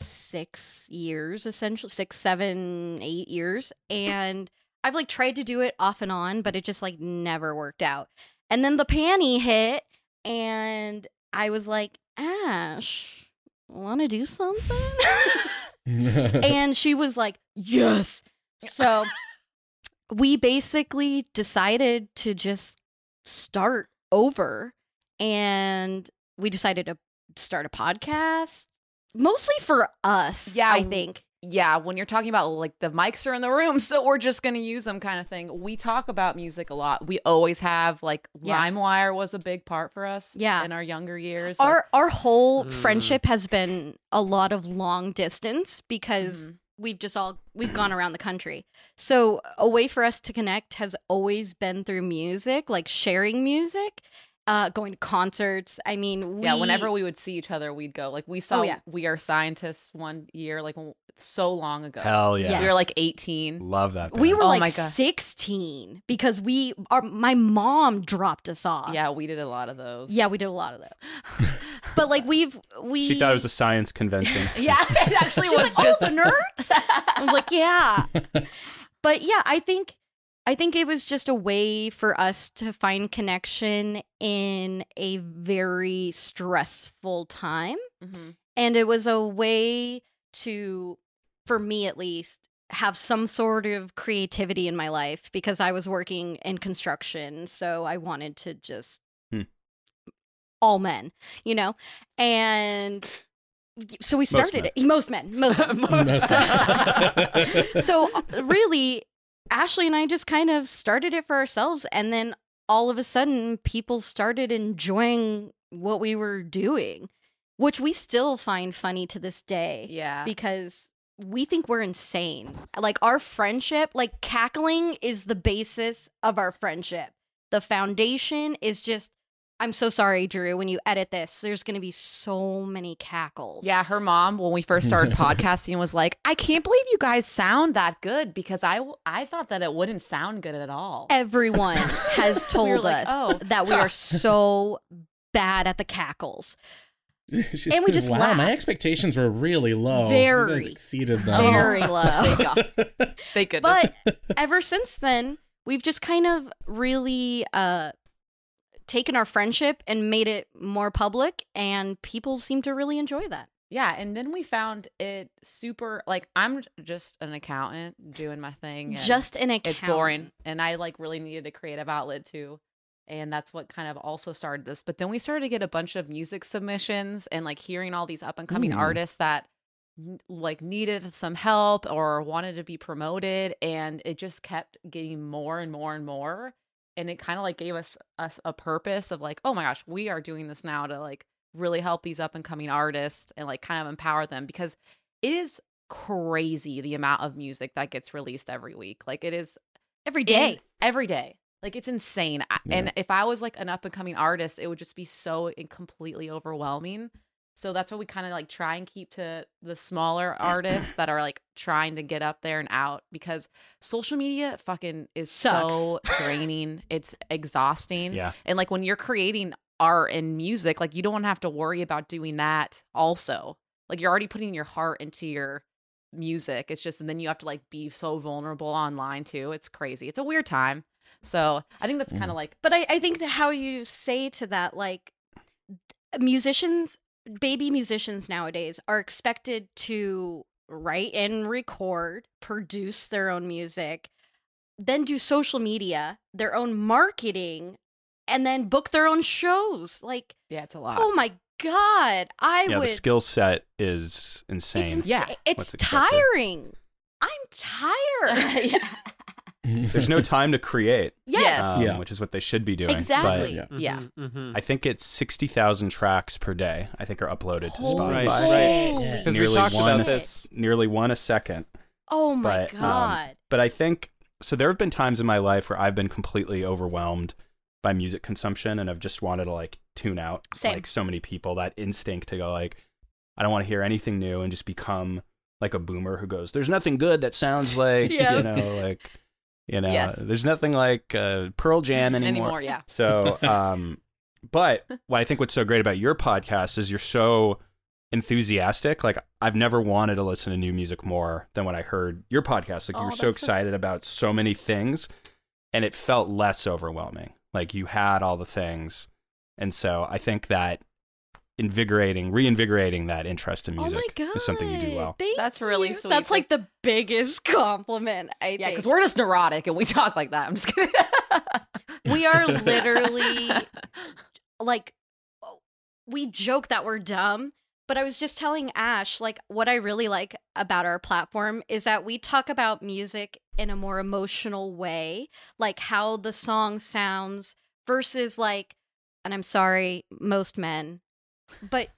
Speaker 4: six years, essentially six, seven, eight years. And I've like tried to do it off and on, but it just like never worked out. And then the panty hit, and I was like, Ash, want to do something? and she was like, Yes. So we basically decided to just start over, and we decided to start a podcast mostly for us.
Speaker 3: Yeah,
Speaker 4: I
Speaker 3: w-
Speaker 4: think.
Speaker 3: Yeah, when you're talking about like the mics are in the room, so we're just going to use them kind of thing. We talk about music a lot. We always have like
Speaker 4: Yeah.
Speaker 3: LimeWire was a big part for us
Speaker 4: Yeah.
Speaker 3: in our younger years. like-
Speaker 4: our our whole
Speaker 2: Mm.
Speaker 4: friendship has been a lot of long distance because
Speaker 3: Mhm.
Speaker 4: we've just all we've gone around the country. So a way for us to connect has always been through music, like sharing music, uh, going to concerts. I mean, we, Oh,
Speaker 3: yeah, whenever we would see each other, we'd go. Like we saw
Speaker 4: yeah.
Speaker 3: We Are Scientists one year, like w- so long ago.
Speaker 5: Hell yeah.
Speaker 4: Yeah.
Speaker 3: We were like 18.
Speaker 5: Love that.
Speaker 4: we
Speaker 5: band.
Speaker 4: were
Speaker 3: Oh
Speaker 4: like
Speaker 3: my God.
Speaker 4: sixteen because we our my mom dropped us off.
Speaker 3: Yeah, we did a lot of those.
Speaker 4: yeah, we did a lot of that. but like we've we
Speaker 5: She thought it was a science convention.
Speaker 3: Yeah, it actually
Speaker 4: She's
Speaker 3: was
Speaker 4: like,
Speaker 3: just
Speaker 4: oh, the nerds. I was like, yeah. but yeah, I think I think it was just a way for us to find connection in a very stressful time,
Speaker 3: Mhm.
Speaker 4: and it was a way to, for me at least, have some sort of creativity in my life because I was working in construction, so I wanted to just.
Speaker 5: Hmm.
Speaker 4: All men, you know, and so we started
Speaker 5: men.
Speaker 4: it. Most men, most men so uh, really, Ashley and I just kind of started it for ourselves, and then all of a sudden, people started enjoying what we were doing, which we still find funny to this day
Speaker 3: Yeah.
Speaker 4: because we think we're insane. Like our friendship, like cackling is the basis of our friendship. The foundation is just. I'm so sorry, Drew. When you edit this, there's going to be so many cackles.
Speaker 3: Yeah, her mom when we first started podcasting was like, "I can't believe you guys sound that good because I w- I thought that it wouldn't sound good at all."
Speaker 4: everyone has
Speaker 3: We were
Speaker 4: told
Speaker 3: like,
Speaker 4: us
Speaker 3: "Oh."
Speaker 4: that we are so bad at the cackles.
Speaker 6: She's
Speaker 4: And we just
Speaker 6: wow,
Speaker 4: laugh.
Speaker 6: my expectations were really low. you
Speaker 4: Very.
Speaker 6: guys exceeded them.
Speaker 4: Very low.
Speaker 3: Thank God. Thank goodness.
Speaker 4: But ever since then, we've just kind of really uh taken our friendship and made it more public and people seem to really enjoy that.
Speaker 3: Yeah, and then we found it super like I'm j- just an accountant doing my thing. and
Speaker 4: Just an account.
Speaker 3: it's boring, and I like really needed a creative outlet too, and that's what kind of also started this. But then we started to get a bunch of music submissions and like hearing all these up and coming
Speaker 6: Ooh.
Speaker 3: artists that n- like needed some help or wanted to be promoted, and it just kept getting more and more and more, and it kind of like gave us us a purpose of like, oh my gosh, we are doing this now to like really help these up and coming artists and like kind of empower them because it is crazy the amount of music that gets released every week. Like it is
Speaker 4: Every
Speaker 3: in-
Speaker 4: day.
Speaker 3: every day. Like it's insane. I And if I was like an up and coming artist, it would just be so in- completely overwhelming. So that's what we kind of like try and keep to the smaller artists that are like trying to get up there and out because social media fucking is so draining. It's exhausting.
Speaker 5: Yeah.
Speaker 3: And like when you're creating art and music, like you don't want to have to worry about doing that also. Like you're already putting your heart into your music. It's just, and then you have to like be so vulnerable online too. It's crazy. It's a weird time. So I think that's
Speaker 5: Mm-hmm.
Speaker 3: kind of like,
Speaker 4: But I, I think that how you say to that, like musicians, baby musicians nowadays are expected to write and record, produce their own music, then do social media, their own marketing, and then book their own shows. Like,
Speaker 3: yeah, it's a lot.
Speaker 4: oh my God, I
Speaker 5: yeah,
Speaker 4: would.
Speaker 5: the skill set is insane.
Speaker 4: it's insane.
Speaker 3: Yeah.
Speaker 4: It's
Speaker 5: What's expected.
Speaker 4: tiring. I'm tired.
Speaker 3: yeah.
Speaker 5: There's no time to create,
Speaker 4: Yes.
Speaker 5: um,
Speaker 6: Yeah.
Speaker 5: which is what they should be doing.
Speaker 4: Exactly.
Speaker 6: Yeah.
Speaker 3: Yeah.
Speaker 2: Mm-hmm,
Speaker 5: But I think it's sixty thousand tracks per day. I think are uploaded to
Speaker 4: Holy
Speaker 5: Spotify.
Speaker 2: Right, right.
Speaker 4: Holy
Speaker 2: Because we
Speaker 5: Nearly
Speaker 2: talked
Speaker 5: one-
Speaker 2: about this.
Speaker 5: Nearly one a second.
Speaker 4: Oh my
Speaker 5: but, um,
Speaker 4: God.
Speaker 5: But I think so. There have been times in my life where I've been completely overwhelmed by music consumption, and I've just wanted to like tune out.
Speaker 4: Same.
Speaker 5: Like so many people, that instinct to go like, I don't want to hear anything new, and just become like a boomer who goes, "There's nothing good that sounds like
Speaker 3: Yeah.
Speaker 5: you know, like you know,
Speaker 3: Yes.
Speaker 5: there's nothing like uh, Pearl Jam anymore."
Speaker 3: Anymore. Yeah.
Speaker 5: So, um, but what I think what's so great about your podcast is you're so enthusiastic. Like I've never wanted to listen to new music more than when I heard your podcast. Like you
Speaker 3: Oh,
Speaker 5: were so
Speaker 3: that's so
Speaker 5: excited about so many things, and it felt less overwhelming. Like you had all the things, and so I think that invigorating, reinvigorating that interest in music is something you do well.
Speaker 4: Oh Thank
Speaker 3: That's really
Speaker 4: you.
Speaker 3: sweet.
Speaker 4: That's like the biggest compliment. I
Speaker 3: Yeah. Cause
Speaker 4: think.
Speaker 3: we're just neurotic and we talk like that. I'm just kidding.
Speaker 4: we are literally like oh, we joke that we're dumb, but I was just telling Ash like what I really like about our platform is that we talk about music in a more emotional way, like how the song sounds versus like and I'm sorry, most men, but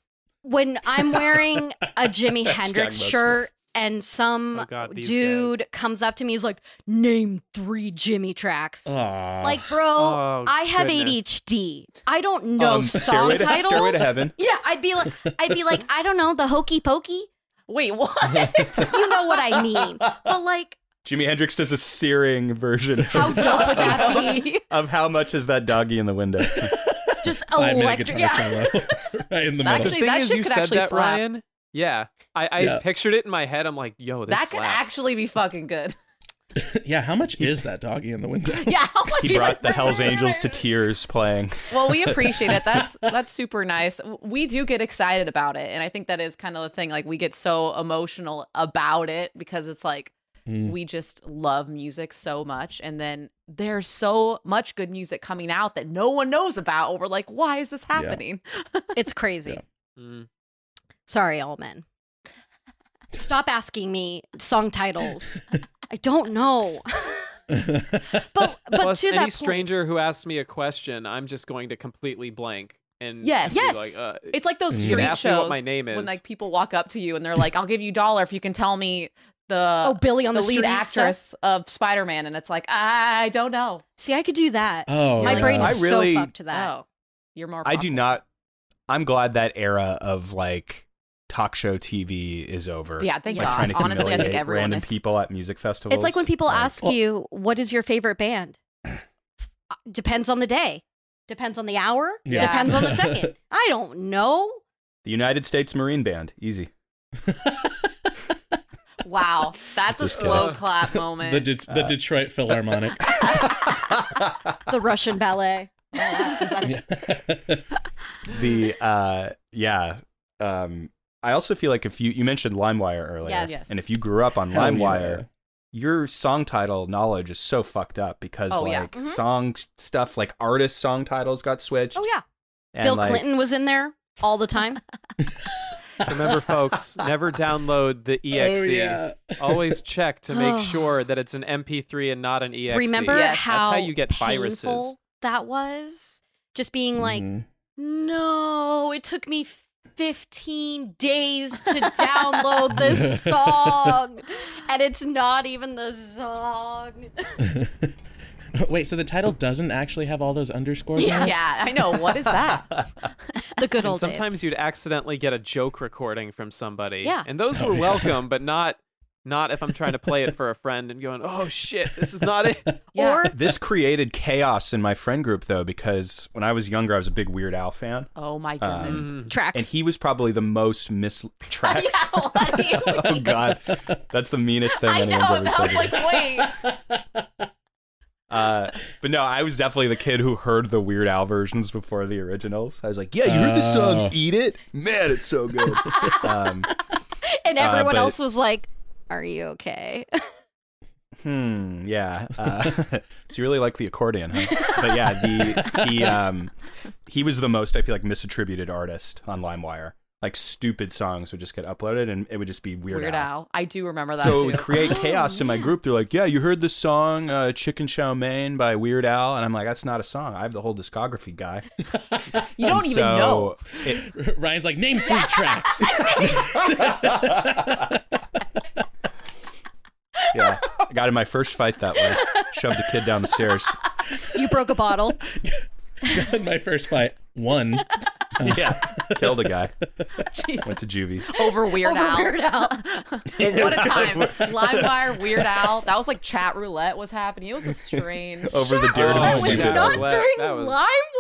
Speaker 4: when I'm wearing a Jimi
Speaker 5: Hashtag
Speaker 4: Hendrix
Speaker 5: most men.
Speaker 4: shirt and some
Speaker 3: Um,
Speaker 2: Oh God, these
Speaker 4: dude comes up to me, he's like, "Name three Jimmy tracks."
Speaker 6: Aw.
Speaker 4: Like, bro,
Speaker 2: Oh,
Speaker 4: I have
Speaker 2: goodness.
Speaker 4: ADHD. I don't know
Speaker 5: Um,
Speaker 4: song
Speaker 5: Stairway to,
Speaker 4: titles.
Speaker 5: Stairway to Heaven.
Speaker 4: Yeah, I'd be like, I'd be like, I don't know the hokey pokey.
Speaker 3: Wait, what?
Speaker 4: You know what I mean? But like,
Speaker 5: Jimi Hendrix does a searing version
Speaker 4: how
Speaker 5: of,
Speaker 4: dope would that be?
Speaker 5: of how much is that doggy in the window.
Speaker 4: Just
Speaker 6: Five minute
Speaker 4: electric.
Speaker 6: guitar
Speaker 4: Yeah.
Speaker 6: solo right in the
Speaker 3: That
Speaker 6: middle.
Speaker 2: The
Speaker 3: Actually,
Speaker 2: thing
Speaker 3: that
Speaker 2: is,
Speaker 3: shit
Speaker 2: you
Speaker 3: could
Speaker 2: said
Speaker 3: actually
Speaker 2: that,
Speaker 3: slap.
Speaker 2: Ryan. Yeah, I, I
Speaker 6: Yeah.
Speaker 2: pictured it in my head. I'm like, yo, this
Speaker 3: That could
Speaker 2: slaps.
Speaker 3: actually be fucking good.
Speaker 6: yeah, how much is that doggy in the window?
Speaker 3: Yeah. How much
Speaker 5: he
Speaker 3: is
Speaker 5: brought
Speaker 3: that?
Speaker 5: the Hell's Angels to tears playing.
Speaker 3: well we appreciate it that's that's super nice we do get excited about it and i think that is kind of the thing like we get so emotional about it because it's like
Speaker 6: Mm.
Speaker 3: we just love music so much and then there's so much good music coming out that no one knows about and we're like why is this happening
Speaker 4: It's crazy.
Speaker 6: Yeah.
Speaker 2: Mm.
Speaker 4: Sorry, all men. Stop asking me song titles. I don't know. But but
Speaker 2: Plus,
Speaker 4: to
Speaker 2: any
Speaker 4: that point,
Speaker 2: stranger who asks me a question, I'm just going to completely blank and
Speaker 3: Yes.
Speaker 2: and be
Speaker 4: Yes.
Speaker 2: Like, uh,
Speaker 3: it's like
Speaker 4: Mm.
Speaker 3: those
Speaker 6: You
Speaker 2: you can
Speaker 3: street
Speaker 2: ask me
Speaker 3: shows
Speaker 2: what my name is.
Speaker 3: when like people walk up to you and they're like i'll give you a dollar if you can tell me the
Speaker 4: oh, Billy on
Speaker 3: the,
Speaker 4: the,
Speaker 3: lead
Speaker 4: street
Speaker 3: actress
Speaker 4: Stuff.
Speaker 3: of spider-man and it's like i don't know
Speaker 4: See, I could do that.
Speaker 6: oh,
Speaker 4: My
Speaker 6: yeah.
Speaker 4: brain
Speaker 5: I
Speaker 4: is
Speaker 5: really-
Speaker 4: so fucked to that.
Speaker 3: oh you're more
Speaker 5: I do
Speaker 3: proper.
Speaker 5: not. I'm glad that era of like talk show TV is over.
Speaker 3: yeah thank
Speaker 5: like
Speaker 4: Yes.
Speaker 5: trying to
Speaker 3: god honestly i think
Speaker 5: humiliate
Speaker 3: everyone
Speaker 5: random
Speaker 3: is
Speaker 5: people at music festivals.
Speaker 4: It's like when people
Speaker 5: Like,
Speaker 4: ask you, "What is your favorite band?" Uh, depends on the day, depends on the hour,
Speaker 6: Yeah.
Speaker 4: depends on the second. I don't know.
Speaker 5: the United States Marine Band. Easy.
Speaker 3: Wow, that's a
Speaker 5: Just
Speaker 3: slow
Speaker 2: kidding.
Speaker 3: clap moment.
Speaker 6: the, De- the Detroit Philharmonic.
Speaker 4: The Russian ballet.
Speaker 3: Is that-
Speaker 6: Yeah.
Speaker 5: The uh, yeah. Um, I also feel like if you you mentioned LimeWire earlier,
Speaker 4: Yes. Yes.
Speaker 5: and if you grew up on
Speaker 6: Hell
Speaker 5: LimeWire,
Speaker 6: yeah.
Speaker 5: your song title knowledge is so fucked up because
Speaker 3: Oh,
Speaker 5: like
Speaker 3: yeah.
Speaker 4: Mhm.
Speaker 5: song stuff, like artist song titles got switched.
Speaker 4: Oh yeah,
Speaker 5: and,
Speaker 4: Bill
Speaker 5: like-
Speaker 4: Clinton was in there all the time.
Speaker 2: Remember, folks, never download the exe.
Speaker 6: Oh, yeah.
Speaker 2: Always check to make sure that it's an MP3 and not an E exe.
Speaker 4: Remember
Speaker 3: Yes.
Speaker 4: how
Speaker 2: That's how you get viruses.
Speaker 4: painful That was just being like,
Speaker 6: Mhm.
Speaker 4: no, it took me. 15 days to download this song and it's not even the song
Speaker 6: Wait, so the title doesn't actually have all those underscores?
Speaker 3: Yeah.
Speaker 6: on it?
Speaker 3: I know. What is that?
Speaker 4: the good
Speaker 2: And
Speaker 4: old
Speaker 2: sometimes
Speaker 4: days
Speaker 2: you'd accidentally get a joke recording from somebody.
Speaker 4: Yeah.
Speaker 2: And those
Speaker 6: Oh,
Speaker 2: were
Speaker 6: yeah.
Speaker 2: welcome, but not not if I'm trying to play it for a friend and going, "Oh shit, this is not it."
Speaker 3: Yeah.
Speaker 4: or
Speaker 5: This created chaos in my friend group though, because when I was younger, I was a big Weird Al fan,
Speaker 3: Oh my
Speaker 5: Um,
Speaker 3: goodness.
Speaker 5: and
Speaker 4: tracks
Speaker 5: he was probably the most mis tracks.
Speaker 3: yeah, what do
Speaker 5: oh
Speaker 3: you-
Speaker 5: god, that's the meanest thing
Speaker 3: I know.
Speaker 5: anyone's ever
Speaker 3: That
Speaker 5: said.
Speaker 3: was
Speaker 5: to me.
Speaker 3: like, wait.
Speaker 5: Uh, but no, I was definitely the kid who heard the Weird Al versions before the originals. I was like, "Yeah, you heard this
Speaker 6: Oh.
Speaker 5: song, Eat It? Man, it's so good." um,
Speaker 4: and everyone
Speaker 5: but-
Speaker 4: else was like are you okay
Speaker 5: hmm. Yeah. Uh, so you really like the accordion, huh? But yeah, the he um he was the most I feel like misattributed artist on LimeWire. Like stupid songs would just get uploaded, and it would just be Weird,
Speaker 3: Weird Al. Oh, I do remember that
Speaker 5: So it
Speaker 3: too.
Speaker 5: would create chaos in my group. They're like, "Yeah, you heard this song, uh, Chicken Chow Mein by Weird Al," and I'm like, "That's not a song. I have the whole discography, guy."
Speaker 3: you don't even know.
Speaker 5: It,
Speaker 6: Ryan's like, name three tracks.
Speaker 5: yeah, I got in my first fight that way. Shoved a kid down the stairs.
Speaker 4: you broke a bottle
Speaker 6: My first fight, one.
Speaker 5: Yeah, killed a guy. Went to juvie.
Speaker 3: Over Weird
Speaker 4: Over
Speaker 3: Al.
Speaker 4: Weird Al.
Speaker 3: what a time. LimeWire, Weird Al. That was like chat roulette was happening. It was a strange.
Speaker 5: Over the dirt
Speaker 2: Oh,
Speaker 5: and
Speaker 4: that
Speaker 2: my
Speaker 4: was
Speaker 2: God.
Speaker 4: not
Speaker 2: Roulette,
Speaker 4: during
Speaker 2: that was-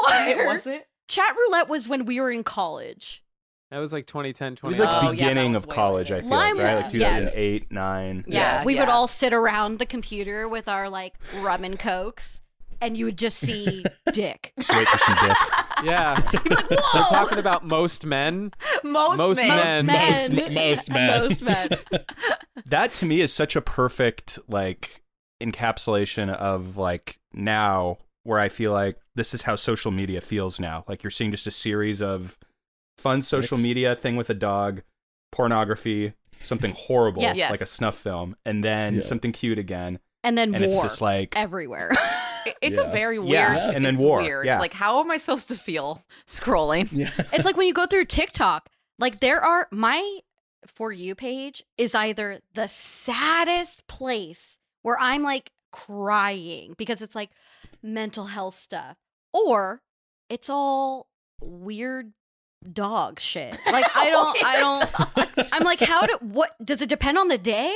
Speaker 4: LimeWire.
Speaker 3: was it?
Speaker 4: Chat roulette was when we were in college.
Speaker 2: That was like 2010,
Speaker 5: It was
Speaker 2: 2011.
Speaker 5: like
Speaker 3: Oh, yeah, that
Speaker 5: beginning
Speaker 3: was
Speaker 5: of
Speaker 3: way
Speaker 5: college. I
Speaker 3: later.
Speaker 5: feel like, right,
Speaker 4: Lime-
Speaker 5: like 2008, nine.
Speaker 3: Yeah,
Speaker 4: we would
Speaker 3: yeah.
Speaker 4: all sit around the computer with our like rum and cokes, and you would just see dick.
Speaker 5: Just wait for some dick.
Speaker 4: Oh,
Speaker 2: yeah. They're talking about most men.
Speaker 3: Most,
Speaker 2: Most
Speaker 3: men.
Speaker 2: men.
Speaker 6: Most- most men.
Speaker 4: Most men.
Speaker 5: that to me is such a perfect like encapsulation of like now where I feel like this is how social media feels now. Like you're seeing just a series of fun social
Speaker 6: Dicks.
Speaker 5: media thing with a dog, pornography, something horrible
Speaker 4: Yes.
Speaker 3: Yes.
Speaker 5: like a snuff film, and then
Speaker 6: Yeah.
Speaker 5: something cute again,
Speaker 4: and then
Speaker 5: and
Speaker 4: war
Speaker 5: it's this like
Speaker 4: everywhere.
Speaker 3: It- It's a
Speaker 6: Yeah.
Speaker 3: very weird.
Speaker 5: Yeah, and then
Speaker 3: it's
Speaker 5: war,
Speaker 3: Weird.
Speaker 5: yeah.
Speaker 3: Like, how am I supposed to feel scrolling?
Speaker 6: Yeah.
Speaker 4: it's like when you go through TikTok. Like there are my for you page is either the saddest place where I'm like crying because it's like mental health stuff, or it's all weird dog shit. Like I don't, I don't. I'm like, how do what does it depend on the day?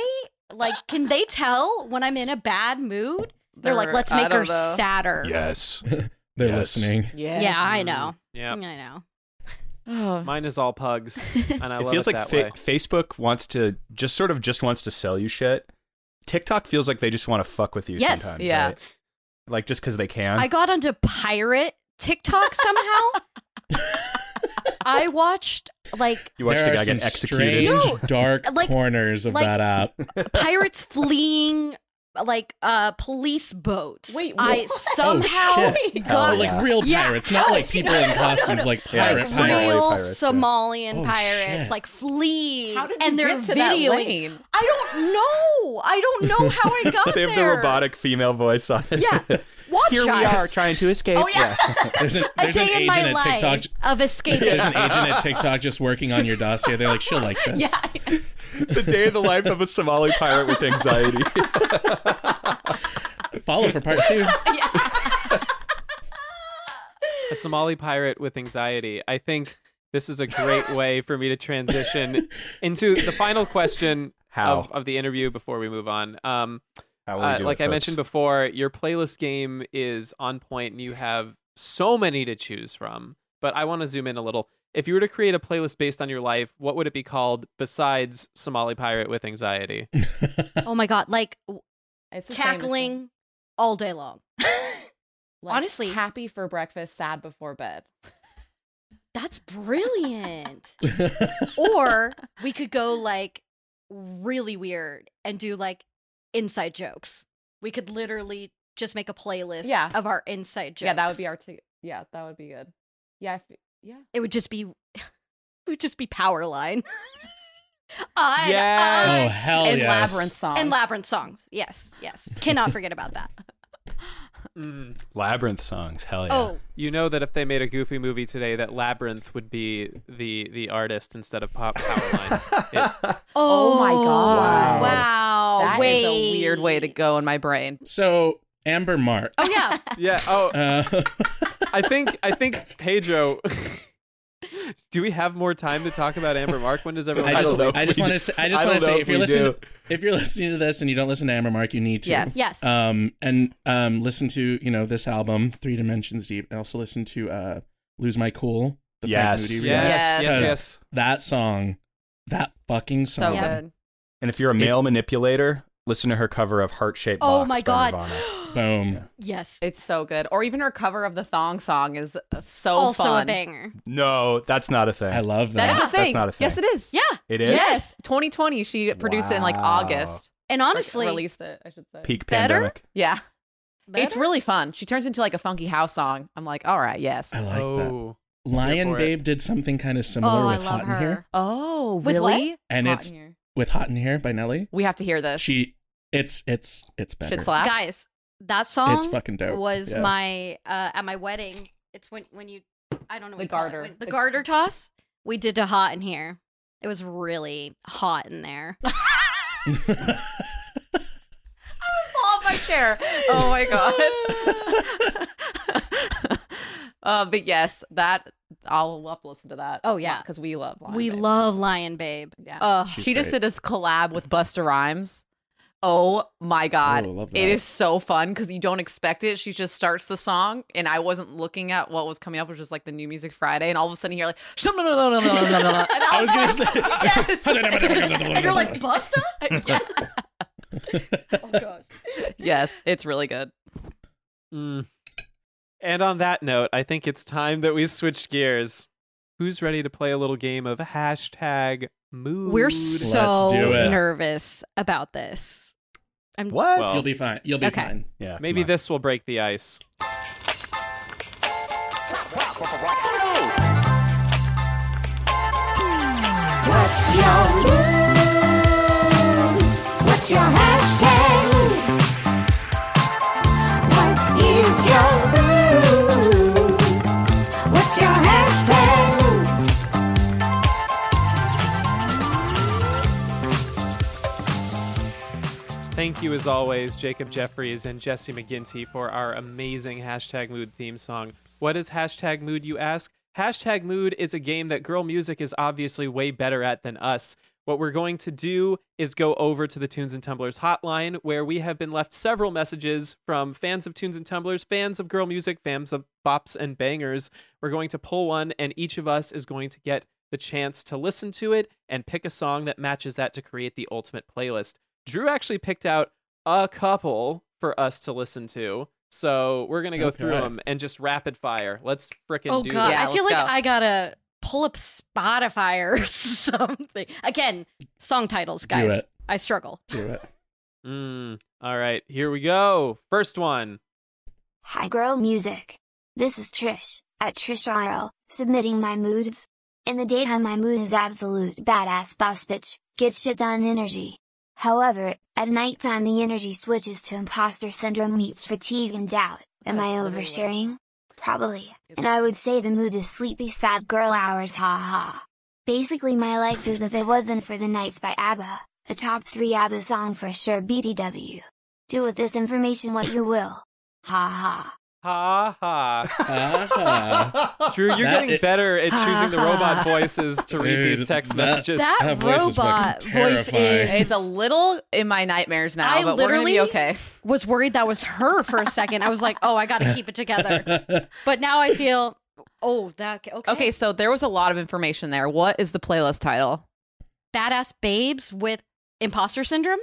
Speaker 4: Like, can they tell when I'm in a bad mood? They're, like, let's
Speaker 3: I
Speaker 4: make her
Speaker 3: don't know.
Speaker 4: sadder.
Speaker 5: yes.
Speaker 6: They're
Speaker 5: Yes.
Speaker 6: listening.
Speaker 3: Yes.
Speaker 4: Yeah, I know.
Speaker 2: Mm, Yeah.
Speaker 4: I know.
Speaker 3: Oh,
Speaker 2: Mine is all pugs, and I
Speaker 5: it
Speaker 2: love
Speaker 5: feels
Speaker 2: it that
Speaker 5: like fa-
Speaker 2: way.
Speaker 5: Facebook wants to just sort of just wants to sell you shit. TikTok feels like they just want to fuck with you
Speaker 4: Yes.
Speaker 5: sometimes,
Speaker 3: Yeah.
Speaker 5: right? Like just because they can.
Speaker 4: I got onto pirate TikTok somehow. I watched like
Speaker 5: you watched
Speaker 6: there
Speaker 5: a
Speaker 6: are
Speaker 5: guy
Speaker 6: some
Speaker 5: get executed.
Speaker 6: strange,
Speaker 4: No,
Speaker 6: dark
Speaker 4: like-
Speaker 6: corners of
Speaker 4: like- oh,
Speaker 6: that app.
Speaker 4: pirates fleeing like uh police boats.
Speaker 3: Wait,
Speaker 4: I
Speaker 3: what?
Speaker 4: somehow
Speaker 3: shit.
Speaker 5: Oh,
Speaker 6: Oh,
Speaker 4: got
Speaker 5: yeah.
Speaker 6: like real
Speaker 4: Yeah,
Speaker 6: pirates, not
Speaker 4: how
Speaker 6: like
Speaker 4: did you
Speaker 6: people
Speaker 4: know?
Speaker 6: in costumes, like
Speaker 5: Yeah,
Speaker 6: pirate
Speaker 5: like
Speaker 6: pirates.
Speaker 5: Somali
Speaker 4: real
Speaker 5: pirates, yeah.
Speaker 4: Somalian
Speaker 6: Oh,
Speaker 4: pirates
Speaker 6: shit.
Speaker 4: like fleeing
Speaker 3: how did you
Speaker 4: and they're
Speaker 3: get to that
Speaker 4: videoing.
Speaker 3: lane?
Speaker 4: I don't know. I don't know how I got
Speaker 5: they have
Speaker 4: there.
Speaker 5: the robotic female voice on it.
Speaker 4: Yeah. Watch
Speaker 5: Here
Speaker 4: us.
Speaker 5: we are trying to escape.
Speaker 3: Oh, yeah.
Speaker 6: There's an,
Speaker 4: A
Speaker 6: there's an
Speaker 4: day in my
Speaker 6: agent at
Speaker 4: life
Speaker 6: TikTok.
Speaker 4: of escaping.
Speaker 6: There's an agent at TikTok just working on your dossier. They're like, she'll like this.
Speaker 5: the day of the life of a Somali pirate with anxiety.
Speaker 6: Follow for part two.
Speaker 2: A Somali pirate with anxiety. I think this is a great way for me to transition into the final question
Speaker 5: How?
Speaker 2: Of, of the interview before we move on. Um,
Speaker 5: How will
Speaker 2: uh,
Speaker 5: we do
Speaker 2: like
Speaker 5: it,
Speaker 2: I
Speaker 5: folks?
Speaker 2: mentioned before, your playlist game is on point and you have so many to choose from. But I want to zoom in a little. If you were to create a playlist based on your life, what would it be called besides Somali Pirate with Anxiety?
Speaker 4: oh my god, like
Speaker 3: It's the same as-
Speaker 4: cackling all day long.
Speaker 3: like,
Speaker 4: Honestly.
Speaker 3: happy for breakfast, sad before bed.
Speaker 4: That's brilliant. or we could go like really weird and do like inside jokes. We could literally just make a playlist
Speaker 3: Yeah.
Speaker 4: of our inside jokes.
Speaker 3: Yeah, that would be our two. Yeah, that would be good. Yeah, I f- yeah.
Speaker 4: It would just be it would just be power line. on
Speaker 2: Yes.
Speaker 6: oh
Speaker 4: us.
Speaker 6: hell
Speaker 3: and
Speaker 6: yes.
Speaker 3: labyrinth songs.
Speaker 4: and labyrinth songs. Yes, yes. Cannot forget about that.
Speaker 2: Mm.
Speaker 5: Labyrinth songs. Hell yeah.
Speaker 4: Oh,
Speaker 2: You know that if they made a goofy movie today, that Labyrinth would be the the artist instead of Pop Powerline. It-
Speaker 3: Oh my God.
Speaker 4: Wow.
Speaker 3: That
Speaker 4: Wait.
Speaker 3: is a weird way to go in my brain.
Speaker 6: So Amber uh, Mark.
Speaker 4: Oh yeah.
Speaker 2: yeah. Oh,
Speaker 6: Uh,
Speaker 2: I think I think Pedro. do we have more time to talk about Amber Mark? When does everyone?
Speaker 6: I just,
Speaker 5: don't know
Speaker 6: I,
Speaker 5: if
Speaker 6: just
Speaker 5: we
Speaker 6: want to
Speaker 5: do.
Speaker 6: say, I just
Speaker 5: I
Speaker 6: want to
Speaker 5: don't know if
Speaker 6: say, if you're
Speaker 5: we
Speaker 6: listening,
Speaker 5: do.
Speaker 6: if you're listening to this and you don't listen to Amber Mark, you need to.
Speaker 3: Yes.
Speaker 4: Yes.
Speaker 5: Uh,
Speaker 6: Um, and um, listen to you know this album, Three Dimensions Deep, and also listen to uh, Lose My Cool. The Frank
Speaker 5: Yes.
Speaker 6: Moody
Speaker 2: yes,
Speaker 6: remix.
Speaker 2: yes, yes,
Speaker 3: Yes.
Speaker 2: yes.
Speaker 6: That song, that fucking
Speaker 3: So
Speaker 6: song.
Speaker 4: Yeah.
Speaker 3: good.
Speaker 5: And if you're a male manipulator, listen to her cover of Heart Shaped
Speaker 4: Oh
Speaker 5: Box
Speaker 4: my
Speaker 5: by
Speaker 4: god.
Speaker 5: Nirvana.
Speaker 6: Boom.
Speaker 5: Yeah.
Speaker 4: yes.
Speaker 3: It's so good. Or even her cover of the thong song is uh, so
Speaker 4: also
Speaker 3: fun.
Speaker 4: a banger.
Speaker 5: No, that's not a thing.
Speaker 6: I love that.
Speaker 3: That is a
Speaker 5: That's
Speaker 3: thing.
Speaker 5: not a thing.
Speaker 3: Yes, it is.
Speaker 4: Yeah.
Speaker 5: it is
Speaker 3: Yes. 2020. She produced it in like
Speaker 5: Wow.
Speaker 3: August.
Speaker 4: And
Speaker 3: Or
Speaker 4: honestly,
Speaker 3: released it, I should say.
Speaker 5: peak
Speaker 4: Better?
Speaker 5: pandemic.
Speaker 3: Yeah. It's
Speaker 4: better?
Speaker 3: really fun. She turns into like a funky house song. I'm like, all right, yes.
Speaker 6: I like that.
Speaker 2: oh,
Speaker 6: Lion
Speaker 2: for it.
Speaker 6: Babe did something kind of similar
Speaker 4: Oh, I
Speaker 6: with
Speaker 4: love
Speaker 6: Hot
Speaker 4: her.
Speaker 6: in Here.
Speaker 3: Oh,
Speaker 4: With what?
Speaker 3: really?
Speaker 6: And
Speaker 3: Hot
Speaker 6: it's-
Speaker 3: in here.
Speaker 6: With Hot in Here by Nelly.
Speaker 3: we have to hear this.
Speaker 6: She, it's it's it's better.
Speaker 3: Shit slaps.
Speaker 4: Guys, that song
Speaker 6: It's fucking dope.
Speaker 4: was
Speaker 6: Yeah.
Speaker 4: my uh at my wedding. It's when when you I don't know what
Speaker 3: The
Speaker 4: you call it,
Speaker 3: garter.
Speaker 4: when- the
Speaker 3: The-
Speaker 4: garter toss. We did to hot in here. It was really hot in there.
Speaker 3: fall off my chair. Oh my god. uh, but yes, that I'll love to listen to that.
Speaker 4: Oh, yeah.
Speaker 3: because we love Lion
Speaker 4: we
Speaker 3: Babe.
Speaker 4: love Lion Babe.
Speaker 3: Yeah.
Speaker 4: Oh,
Speaker 6: She's
Speaker 3: she just
Speaker 6: great.
Speaker 3: did this collab with Buster Rhymes. Oh my god,
Speaker 6: Oh, I love
Speaker 3: it
Speaker 6: that.
Speaker 3: is so fun because you don't expect it. She just starts the song, and I wasn't looking at what was coming up, which was like the New Music Friday, and all of a sudden you're like, and I
Speaker 6: I was gonna say.
Speaker 3: yes.
Speaker 4: and you're like Busta. oh gosh.
Speaker 3: yes, it's really good.
Speaker 2: Mm. And on that note, I think it's time that we switched gears. Who's ready to play a little game of hashtag mood?
Speaker 4: We're so
Speaker 6: do it.
Speaker 4: nervous about this. I'm
Speaker 5: What?
Speaker 2: Well-
Speaker 6: You'll be fine. You'll be
Speaker 4: Okay.
Speaker 6: fine.
Speaker 5: yeah. come
Speaker 2: Maybe
Speaker 5: on.
Speaker 2: this will break the ice.
Speaker 8: What's your mood? What's your hashtag? What is your mood? What's your hashtag?
Speaker 2: Thank you, as always, Jacob Jeffries and Jesse McGinty for our amazing hashtag mood theme song. What is hashtag mood, you ask? Hashtag mood is a game that girl music is obviously way better at than us. What we're going to do is go over to the Tunes and Tumblers hotline, where we have been left several messages from fans of Tunes and Tumblers, fans of girl music, fans of bops and bangers. We're going to pull one, and each of us is going to get the chance to listen to it and pick a song that matches that to create the ultimate playlist. Drew actually picked out a couple for us to listen to. So we're gonna go through
Speaker 6: Okay.
Speaker 2: them and just rapid fire. Let's frickin'
Speaker 4: Oh
Speaker 2: do
Speaker 4: god,
Speaker 2: this.
Speaker 3: Yeah,
Speaker 4: I feel
Speaker 3: let's
Speaker 4: like
Speaker 3: go.
Speaker 4: I gotta pull up Spotify or something. Again, song titles,
Speaker 6: Do
Speaker 4: guys.
Speaker 6: it.
Speaker 4: I struggle.
Speaker 6: Do it.
Speaker 2: Mm, all right, here we go. First one.
Speaker 8: Hi, girl music. This is Trish at Trish IRL, submitting my moods. In the daytime, my mood is absolute badass boss bitch, get shit done energy. However, at nighttime, the energy switches to imposter syndrome meets fatigue and doubt. Am I
Speaker 3: That's literally what-
Speaker 8: oversharing? Probably, and I would say the mood is sleepy sad girl hours ha ha. Basically my life is if it wasn't for the nights by ABBA, a top 3 ABBA song for sure BTW. Do with this information what you will. Ha ha.
Speaker 2: Ha ha.
Speaker 6: Ah.
Speaker 2: Drew, you're
Speaker 6: That
Speaker 2: getting
Speaker 6: is-
Speaker 2: better at choosing the robot voices to read
Speaker 6: Dude,
Speaker 2: these text
Speaker 6: that-
Speaker 2: messages.
Speaker 4: That
Speaker 6: That voice is fucking
Speaker 4: robot voice
Speaker 6: terrifying.
Speaker 4: is
Speaker 3: It's a little in my nightmares now,
Speaker 4: I
Speaker 3: but we're gonna be
Speaker 4: literally-
Speaker 3: okay.
Speaker 4: was worried that was her for a second. I was like, "Oh, I got to keep it together." But now I feel, "Oh, that okay."
Speaker 3: Okay, so there was a lot of information there. What is the playlist title?
Speaker 4: badass babes with imposter syndrome.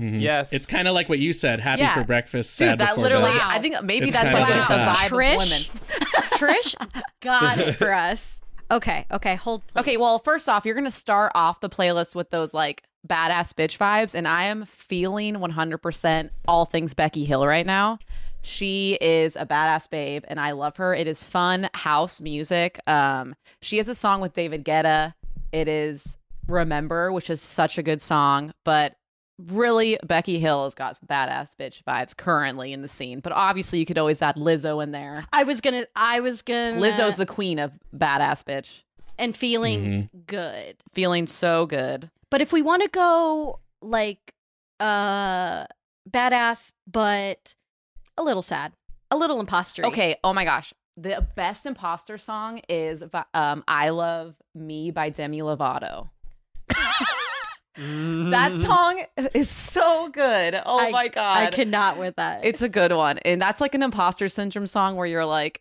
Speaker 6: Mhm.
Speaker 2: Yes.
Speaker 6: It's kind of like what you said. Happy
Speaker 3: Yeah.
Speaker 6: for breakfast, sad
Speaker 3: Dude, that
Speaker 6: before
Speaker 3: literally,
Speaker 6: bed.
Speaker 4: Wow.
Speaker 3: I think maybe
Speaker 6: It's
Speaker 3: that's
Speaker 6: kinda
Speaker 3: like
Speaker 6: like
Speaker 3: just the
Speaker 6: that.
Speaker 3: vibe
Speaker 4: Trish,
Speaker 3: of women.
Speaker 4: Trish got it for us. Okay, okay, hold. Please.
Speaker 3: Okay, well, first off, you're going to start off the playlist with those like badass bitch vibes. And I am feeling 100% all things Becky Hill right now. She is a badass babe and I love her. It is fun house music. Um, she has a song with David Guetta. It is Remember, which is such a good song. But really, Becky Hill has got some badass bitch vibes currently in the scene. But obviously, you could always add Lizzo in there.
Speaker 4: I was gonna, I was gonna.
Speaker 3: Lizzo's the queen of badass bitch.
Speaker 4: and feeling
Speaker 6: Mm-hmm.
Speaker 4: good.
Speaker 3: Feeling so good.
Speaker 4: But if we want to go like uh badass, but a little sad, a little imposter.
Speaker 3: Okay. Oh my gosh. The best imposter song is vi- um, I Love Me by Demi Lovato.
Speaker 2: Mm-hmm.
Speaker 3: That song is so good. Oh
Speaker 4: Mm. I-
Speaker 3: my God.
Speaker 4: I cannot with that.
Speaker 3: It's a good one. And that's like an imposter syndrome song where you're like,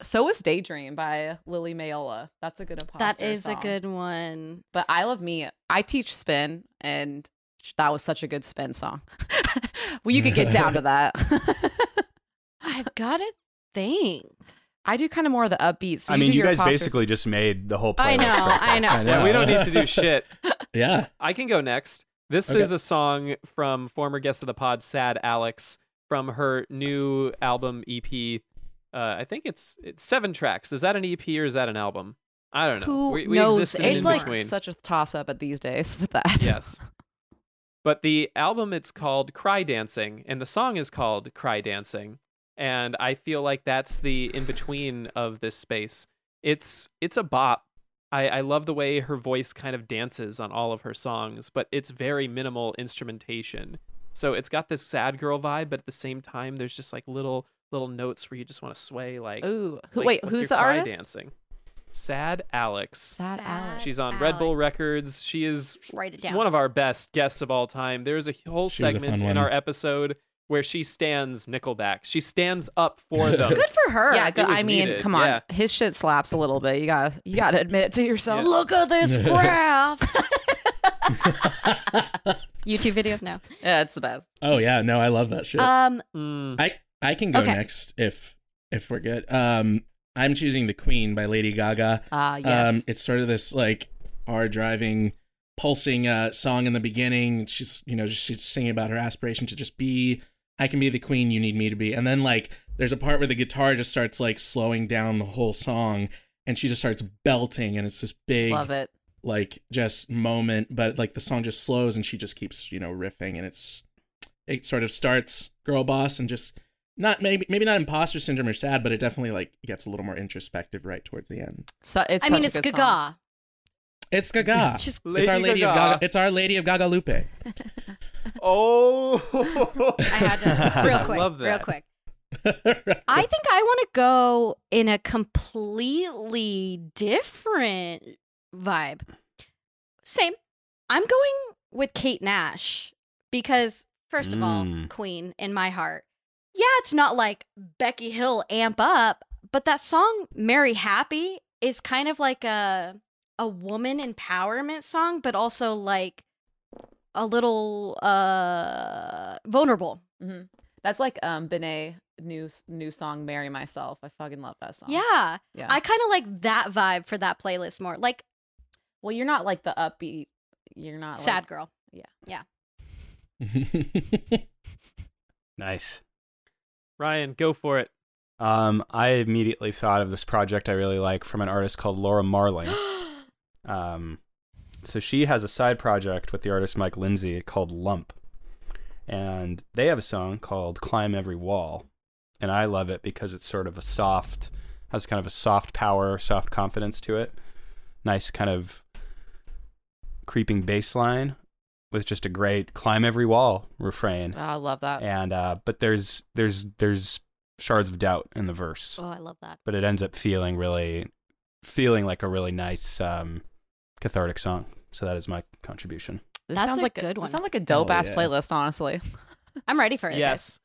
Speaker 3: so is Daydream by Lily Mayola. That's a good imposter
Speaker 4: that is a
Speaker 3: song.
Speaker 4: good one.
Speaker 3: But I Love Me, I teach spin, and that was such a good spin song. well, you could get down to that.
Speaker 4: I've got to think.
Speaker 3: I do kind of more of the upbeat. So
Speaker 5: I mean,
Speaker 3: do
Speaker 5: you
Speaker 3: your
Speaker 5: guys
Speaker 3: imposters-
Speaker 5: basically just made the whole playlist.
Speaker 4: I know,
Speaker 5: right there.
Speaker 4: I know.
Speaker 6: I know.
Speaker 2: Yeah, we don't need to do shit.
Speaker 6: Yeah.
Speaker 2: I can go next. This
Speaker 6: Okay.
Speaker 2: is a song from former guest of the pod, Sad Alex, from her new album EP. Uh, I think it's it's seven tracks. Is that an EP or is that an album? I don't know.
Speaker 4: Who
Speaker 2: we, we
Speaker 4: knows
Speaker 2: exist in
Speaker 3: It's
Speaker 2: in
Speaker 3: like
Speaker 2: between.
Speaker 3: such a toss up at these days with that.
Speaker 2: yes. But the album it's called Cry Dancing and the song is called Cry Dancing and I feel like that's the in between of this space. It's it's a bop. I I love the way her voice kind of dances on all of her songs, but it's very minimal instrumentation. So it's got this sad girl vibe but at the same time there's just like little little notes where you just want to sway like
Speaker 3: Ooh. Who,
Speaker 2: like,
Speaker 3: wait,
Speaker 2: with
Speaker 3: who's
Speaker 2: your
Speaker 3: the
Speaker 2: cry
Speaker 3: artist?
Speaker 2: dancing. Sad Alex.
Speaker 3: Sad Alex.
Speaker 2: She's on Red Bull
Speaker 4: Alex.
Speaker 2: Records. She is
Speaker 4: Write it down.
Speaker 2: one of our best guests of all time. There's a whole
Speaker 6: She was a
Speaker 2: segment
Speaker 6: fun
Speaker 2: in
Speaker 6: one.
Speaker 2: our episode where she stands Nickelback. She stands up for them.
Speaker 4: Good for her.
Speaker 3: Yeah,
Speaker 2: it was
Speaker 3: I mean,
Speaker 2: needed,
Speaker 3: come on.
Speaker 2: yeah.
Speaker 3: His shit slaps a little bit. You gotta you gotta admit it to yourself.
Speaker 2: Yeah.
Speaker 4: Look at this graph. YouTube video? No.
Speaker 3: Yeah, it's the best.
Speaker 6: Oh yeah. No, I love that shit.
Speaker 3: Uh,
Speaker 4: Um,
Speaker 2: Mm.
Speaker 6: I I can go
Speaker 4: Okay.
Speaker 6: next if if we're good. Um, I'm choosing the Queen by Lady Gaga.
Speaker 3: Uh yes.
Speaker 6: Um, it's sort of this like hard driving, pulsing uh, song in the beginning. She's you know just, she's singing about her aspiration to just be. I can be the queen you need me to be. And then like there's a part where the guitar just starts like slowing down the whole song, and she just starts belting, and it's this big
Speaker 3: Love it.
Speaker 6: like just moment. But like the song just slows, and she just keeps you know riffing, and it's it sort of starts girl boss and just not maybe maybe not imposter syndrome or sad, but it definitely like gets a little more introspective right towards the end.
Speaker 3: So it's
Speaker 4: I mean,
Speaker 3: such
Speaker 4: it's
Speaker 3: a good song.
Speaker 4: Gaga.
Speaker 6: It's Gaga.
Speaker 4: She's-
Speaker 6: it's our
Speaker 2: Lady
Speaker 6: Lady
Speaker 2: Gaga.
Speaker 6: of Gaga. It's our Lady of Gaga Lupe.
Speaker 2: Oh,
Speaker 4: I had to real
Speaker 2: I
Speaker 4: quick.
Speaker 2: love
Speaker 4: Real
Speaker 2: that.
Speaker 4: quick. I think I want to go in a completely different vibe. Same. I'm going with Kate Nash because, first of all,
Speaker 5: Mm.
Speaker 4: Queen in my heart. Yeah, it's not like Becky Hill amp up, but that song "Mary Happy" is kind of like a a woman empowerment song, but also like a little uh vulnerable.
Speaker 3: hmm That's like um Benet new new song Marry Myself. I fucking love that song.
Speaker 4: Yeah.
Speaker 3: Yeah.
Speaker 4: I kind of like that vibe for that playlist more. Like
Speaker 3: well, you're not like the upbeat. You're not
Speaker 4: sad
Speaker 3: like,
Speaker 4: girl.
Speaker 5: Nice.
Speaker 2: Ryan, go for it.
Speaker 5: Um, I immediately thought of this project I really like from an artist called Laura Marling. um, so she has a side project with the artist Mike Lindsay called Lump, and they have a song called "Climb Every Wall," and I love it because it's sort of a soft, has kind of a soft power, soft confidence to it. Nice kind of creeping bass line with just a great "Climb Every Wall" refrain.
Speaker 3: Oh, I love that.
Speaker 5: and uh, but there's there's there's shards of doubt in the verse,
Speaker 4: Oh, I love that.
Speaker 5: but it ends up feeling really feeling like a really nice um, cathartic song. So that is my contribution.
Speaker 3: This
Speaker 4: That's
Speaker 3: sounds
Speaker 4: a
Speaker 3: like
Speaker 4: good
Speaker 3: This
Speaker 4: one.
Speaker 3: sounds like
Speaker 2: Oh,
Speaker 3: a dope ass
Speaker 6: yeah.
Speaker 3: playlist, honestly.
Speaker 4: I'm ready for it. Guys.
Speaker 2: Yes.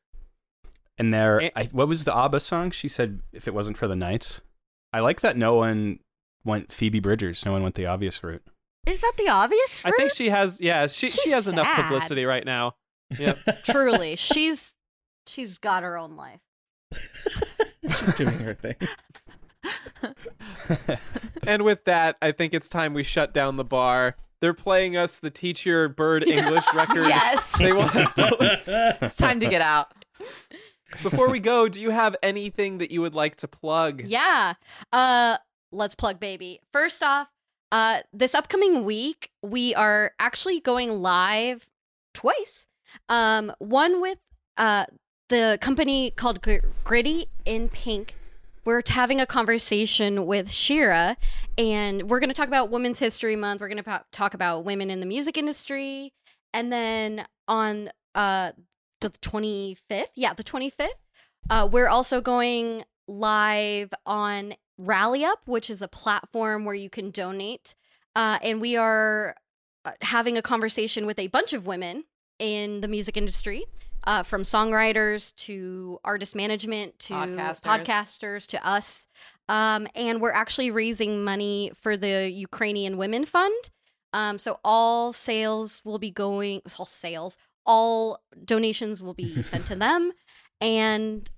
Speaker 5: And there,
Speaker 2: And-
Speaker 5: I, what was the ABBA song? She said, "If it wasn't for the nights," I like that. No one went Phoebe Bridgers. No one went the obvious route.
Speaker 4: Is that the obvious
Speaker 2: I
Speaker 4: route?
Speaker 2: think she has. Yeah, she she
Speaker 4: She's
Speaker 2: has enough
Speaker 4: sad.
Speaker 2: publicity right now. Yep.
Speaker 4: Truly, she's she's got her own life.
Speaker 6: She's doing her thing.
Speaker 2: And with that, I think it's time we shut down the bar. They're playing us the Teacher Bird English record.
Speaker 3: yes.
Speaker 2: They want us to-
Speaker 3: It's time to get out.
Speaker 2: Before we go, do you have anything that you would like to plug?
Speaker 4: Yeah. Uh let's plug baby. First off, uh this upcoming week we are actually going live twice. Um one with uh the company called Gr- Gritty in Pink. We're t- having a conversation with Shira and we're going to talk about Women's History Month. We're going to po- talk about women in the music industry and then on uh the 25th. Yeah, the 25th uh, we're also going live on Rally Up, which is a platform where you can donate. Uh, and we are uh, having a conversation with a bunch of women in the music industry, uh, from songwriters to artist management to
Speaker 3: Podcasters.
Speaker 4: podcasters to us. Um, and we're actually raising money for the Ukrainian Women Fund. Um, so all sales will be going, all sales, all donations will be sent to them. And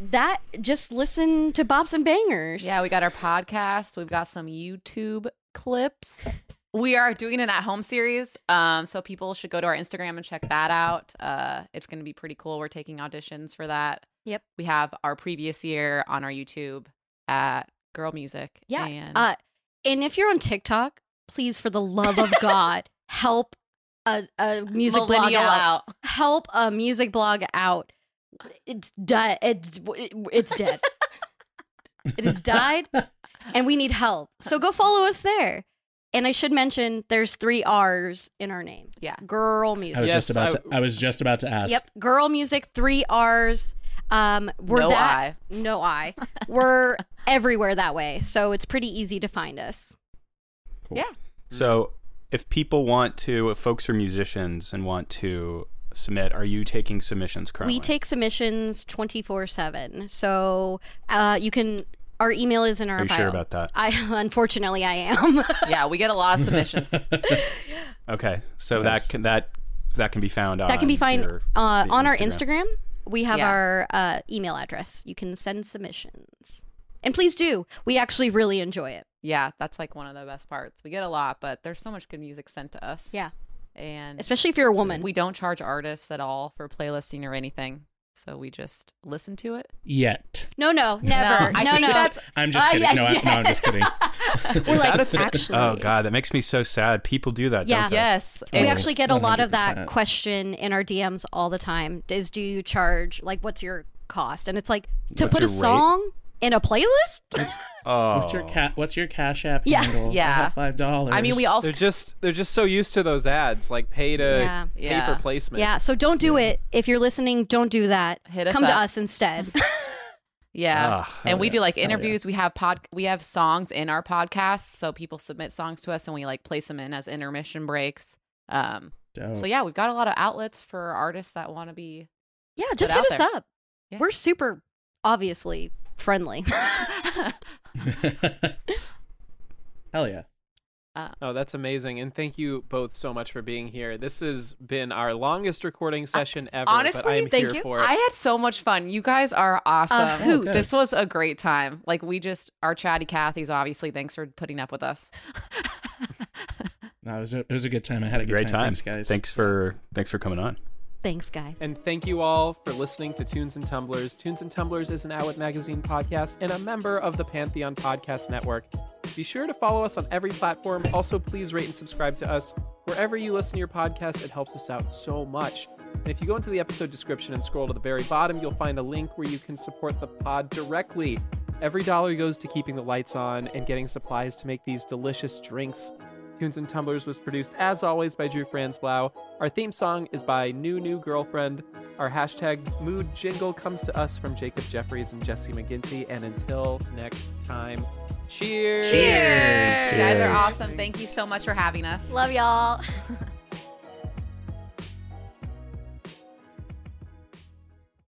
Speaker 4: that just listen to Bops and Bangers.
Speaker 3: Yeah, we got our podcast. We've got some YouTube clips. We are doing an at-home series, um, so people should go to our Instagram and check that out. Uh, it's going to be pretty cool. We're taking auditions for that.
Speaker 4: Yep.
Speaker 3: We have our previous year on our YouTube at Girl Music.
Speaker 4: Yeah,
Speaker 3: and
Speaker 4: Uh, and if you're on TikTok, please, for the love of God, help a, a music blog
Speaker 3: Millennial
Speaker 4: out. Help a music blog out. It's dead. It's it's dead. it has died, and we need help. So go follow us there. And I should mention, there's three R's in our name.
Speaker 3: Yeah.
Speaker 4: girl
Speaker 6: I
Speaker 4: music.
Speaker 6: was
Speaker 2: Yes,
Speaker 6: just about
Speaker 2: I-
Speaker 6: to. I was just about to ask.
Speaker 4: Yep, girl music, three R's. Um, we're
Speaker 3: No
Speaker 4: that
Speaker 3: I.
Speaker 4: no I. We're everywhere that way, so it's pretty easy to find us.
Speaker 5: So, if people want to, if folks are musicians and want to submit, are you taking submissions currently?
Speaker 4: We take submissions twenty four seven, so uh, you can. Our email is in our
Speaker 5: Are you
Speaker 4: bio.
Speaker 5: sure about that?
Speaker 4: I unfortunately I am.
Speaker 3: Yeah, we get a lot of submissions.
Speaker 5: Okay, so
Speaker 6: Nice.
Speaker 5: that can that that can be found.
Speaker 4: that can be fine
Speaker 5: your-
Speaker 4: uh,
Speaker 5: the
Speaker 4: on our Instagram. We have
Speaker 3: Yeah.
Speaker 4: our uh, email address. You can send submissions, and please do. We actually really enjoy it.
Speaker 3: yeah, that's like one of the best parts. We get a lot, but there's so much good music sent to us.
Speaker 4: Yeah,
Speaker 3: and
Speaker 4: especially if you're a woman.
Speaker 3: we don't charge artists at all for playlisting or anything. So we just listen to it.
Speaker 6: Yet.
Speaker 4: no, no, never.
Speaker 3: I
Speaker 4: No,
Speaker 3: think
Speaker 4: no.
Speaker 3: that's
Speaker 6: I'm just
Speaker 3: Uh,
Speaker 6: kidding.
Speaker 3: yeah,
Speaker 6: no,
Speaker 3: yeah.
Speaker 6: I, no, I'm just kidding.
Speaker 4: We're
Speaker 5: That a
Speaker 4: like
Speaker 5: thing?
Speaker 4: actually.
Speaker 5: Oh god, that makes me so sad. People do that.
Speaker 4: Yeah.
Speaker 5: Don't they?
Speaker 3: yes.
Speaker 6: Oh.
Speaker 4: We
Speaker 3: It's-
Speaker 4: actually get a lot of that
Speaker 6: 100%.
Speaker 4: question in our DMs all the time. Is do you charge like what's your cost? And it's like to
Speaker 5: What's
Speaker 4: put a
Speaker 5: your rate?
Speaker 4: song in a playlist?
Speaker 5: Oh,
Speaker 6: What's your cat? What's your cash app
Speaker 4: Yeah.
Speaker 6: handle?
Speaker 3: Yeah.
Speaker 6: I have Five dollars.
Speaker 3: I mean, we
Speaker 2: They're
Speaker 3: also
Speaker 2: just they're just so used to those ads, like pay to
Speaker 4: Yeah.
Speaker 2: pay
Speaker 3: Yeah.
Speaker 2: for placement.
Speaker 4: Yeah, so don't do it. If you're listening, don't do that.
Speaker 3: Hit us
Speaker 4: Come to
Speaker 3: up.
Speaker 4: us instead.
Speaker 3: yeah,
Speaker 5: Ah,
Speaker 3: and we
Speaker 6: yeah.
Speaker 3: do like
Speaker 6: Hell yeah.
Speaker 3: interviews. We have pod, we have songs in our podcasts, so people submit songs to us, and we like place them in as intermission breaks. Um,
Speaker 6: Dope.
Speaker 3: so yeah, we've got a lot of outlets for artists that want to be.
Speaker 4: yeah, just
Speaker 3: out
Speaker 4: hit us
Speaker 3: there.
Speaker 4: up.
Speaker 3: Yeah.
Speaker 4: We're super obviously friendly.
Speaker 6: Hell yeah.
Speaker 2: Oh, that's amazing. And thank you both so much for being here. This has been our longest recording session ever. but
Speaker 3: honestly,
Speaker 2: I'm
Speaker 4: thank
Speaker 2: here
Speaker 4: you.
Speaker 2: for it.
Speaker 3: I had so much fun. You guys are awesome.
Speaker 4: A hoot.
Speaker 6: good.
Speaker 3: This was a great time. Like we just our chatty Cathy's obviously. Thanks for putting up with us.
Speaker 6: No, it was a, it was a good time. I had
Speaker 5: It's
Speaker 6: a
Speaker 5: a
Speaker 6: good
Speaker 5: great
Speaker 6: time.
Speaker 5: time.
Speaker 6: Thanks, guys.
Speaker 5: Thanks for thanks for coming on.
Speaker 4: Thanks, guys.
Speaker 2: And thank you all for listening to Tunes and Tumblers. Tunes and Tumblers is an Outwit Magazine podcast and a member of the Pantheon Podcast Network. Be sure to follow us on every platform. Also, please rate and subscribe to us wherever you listen to your podcast. It helps us out so much. And if you go into the episode description and scroll to the very bottom, you'll find a link where you can support the pod directly. Every dollar goes to keeping the lights on and getting supplies to make these delicious drinks. Tunes and Tumblers was produced, as always, by Drew Franzblau. Our theme song is by New New Girlfriend. Our hashtag mood jingle comes to us from Jacob Jeffries and Jesse McGinty. And until next time, cheers!
Speaker 3: Cheers. You guys are awesome. Thank you so much for having us.
Speaker 4: Love y'all.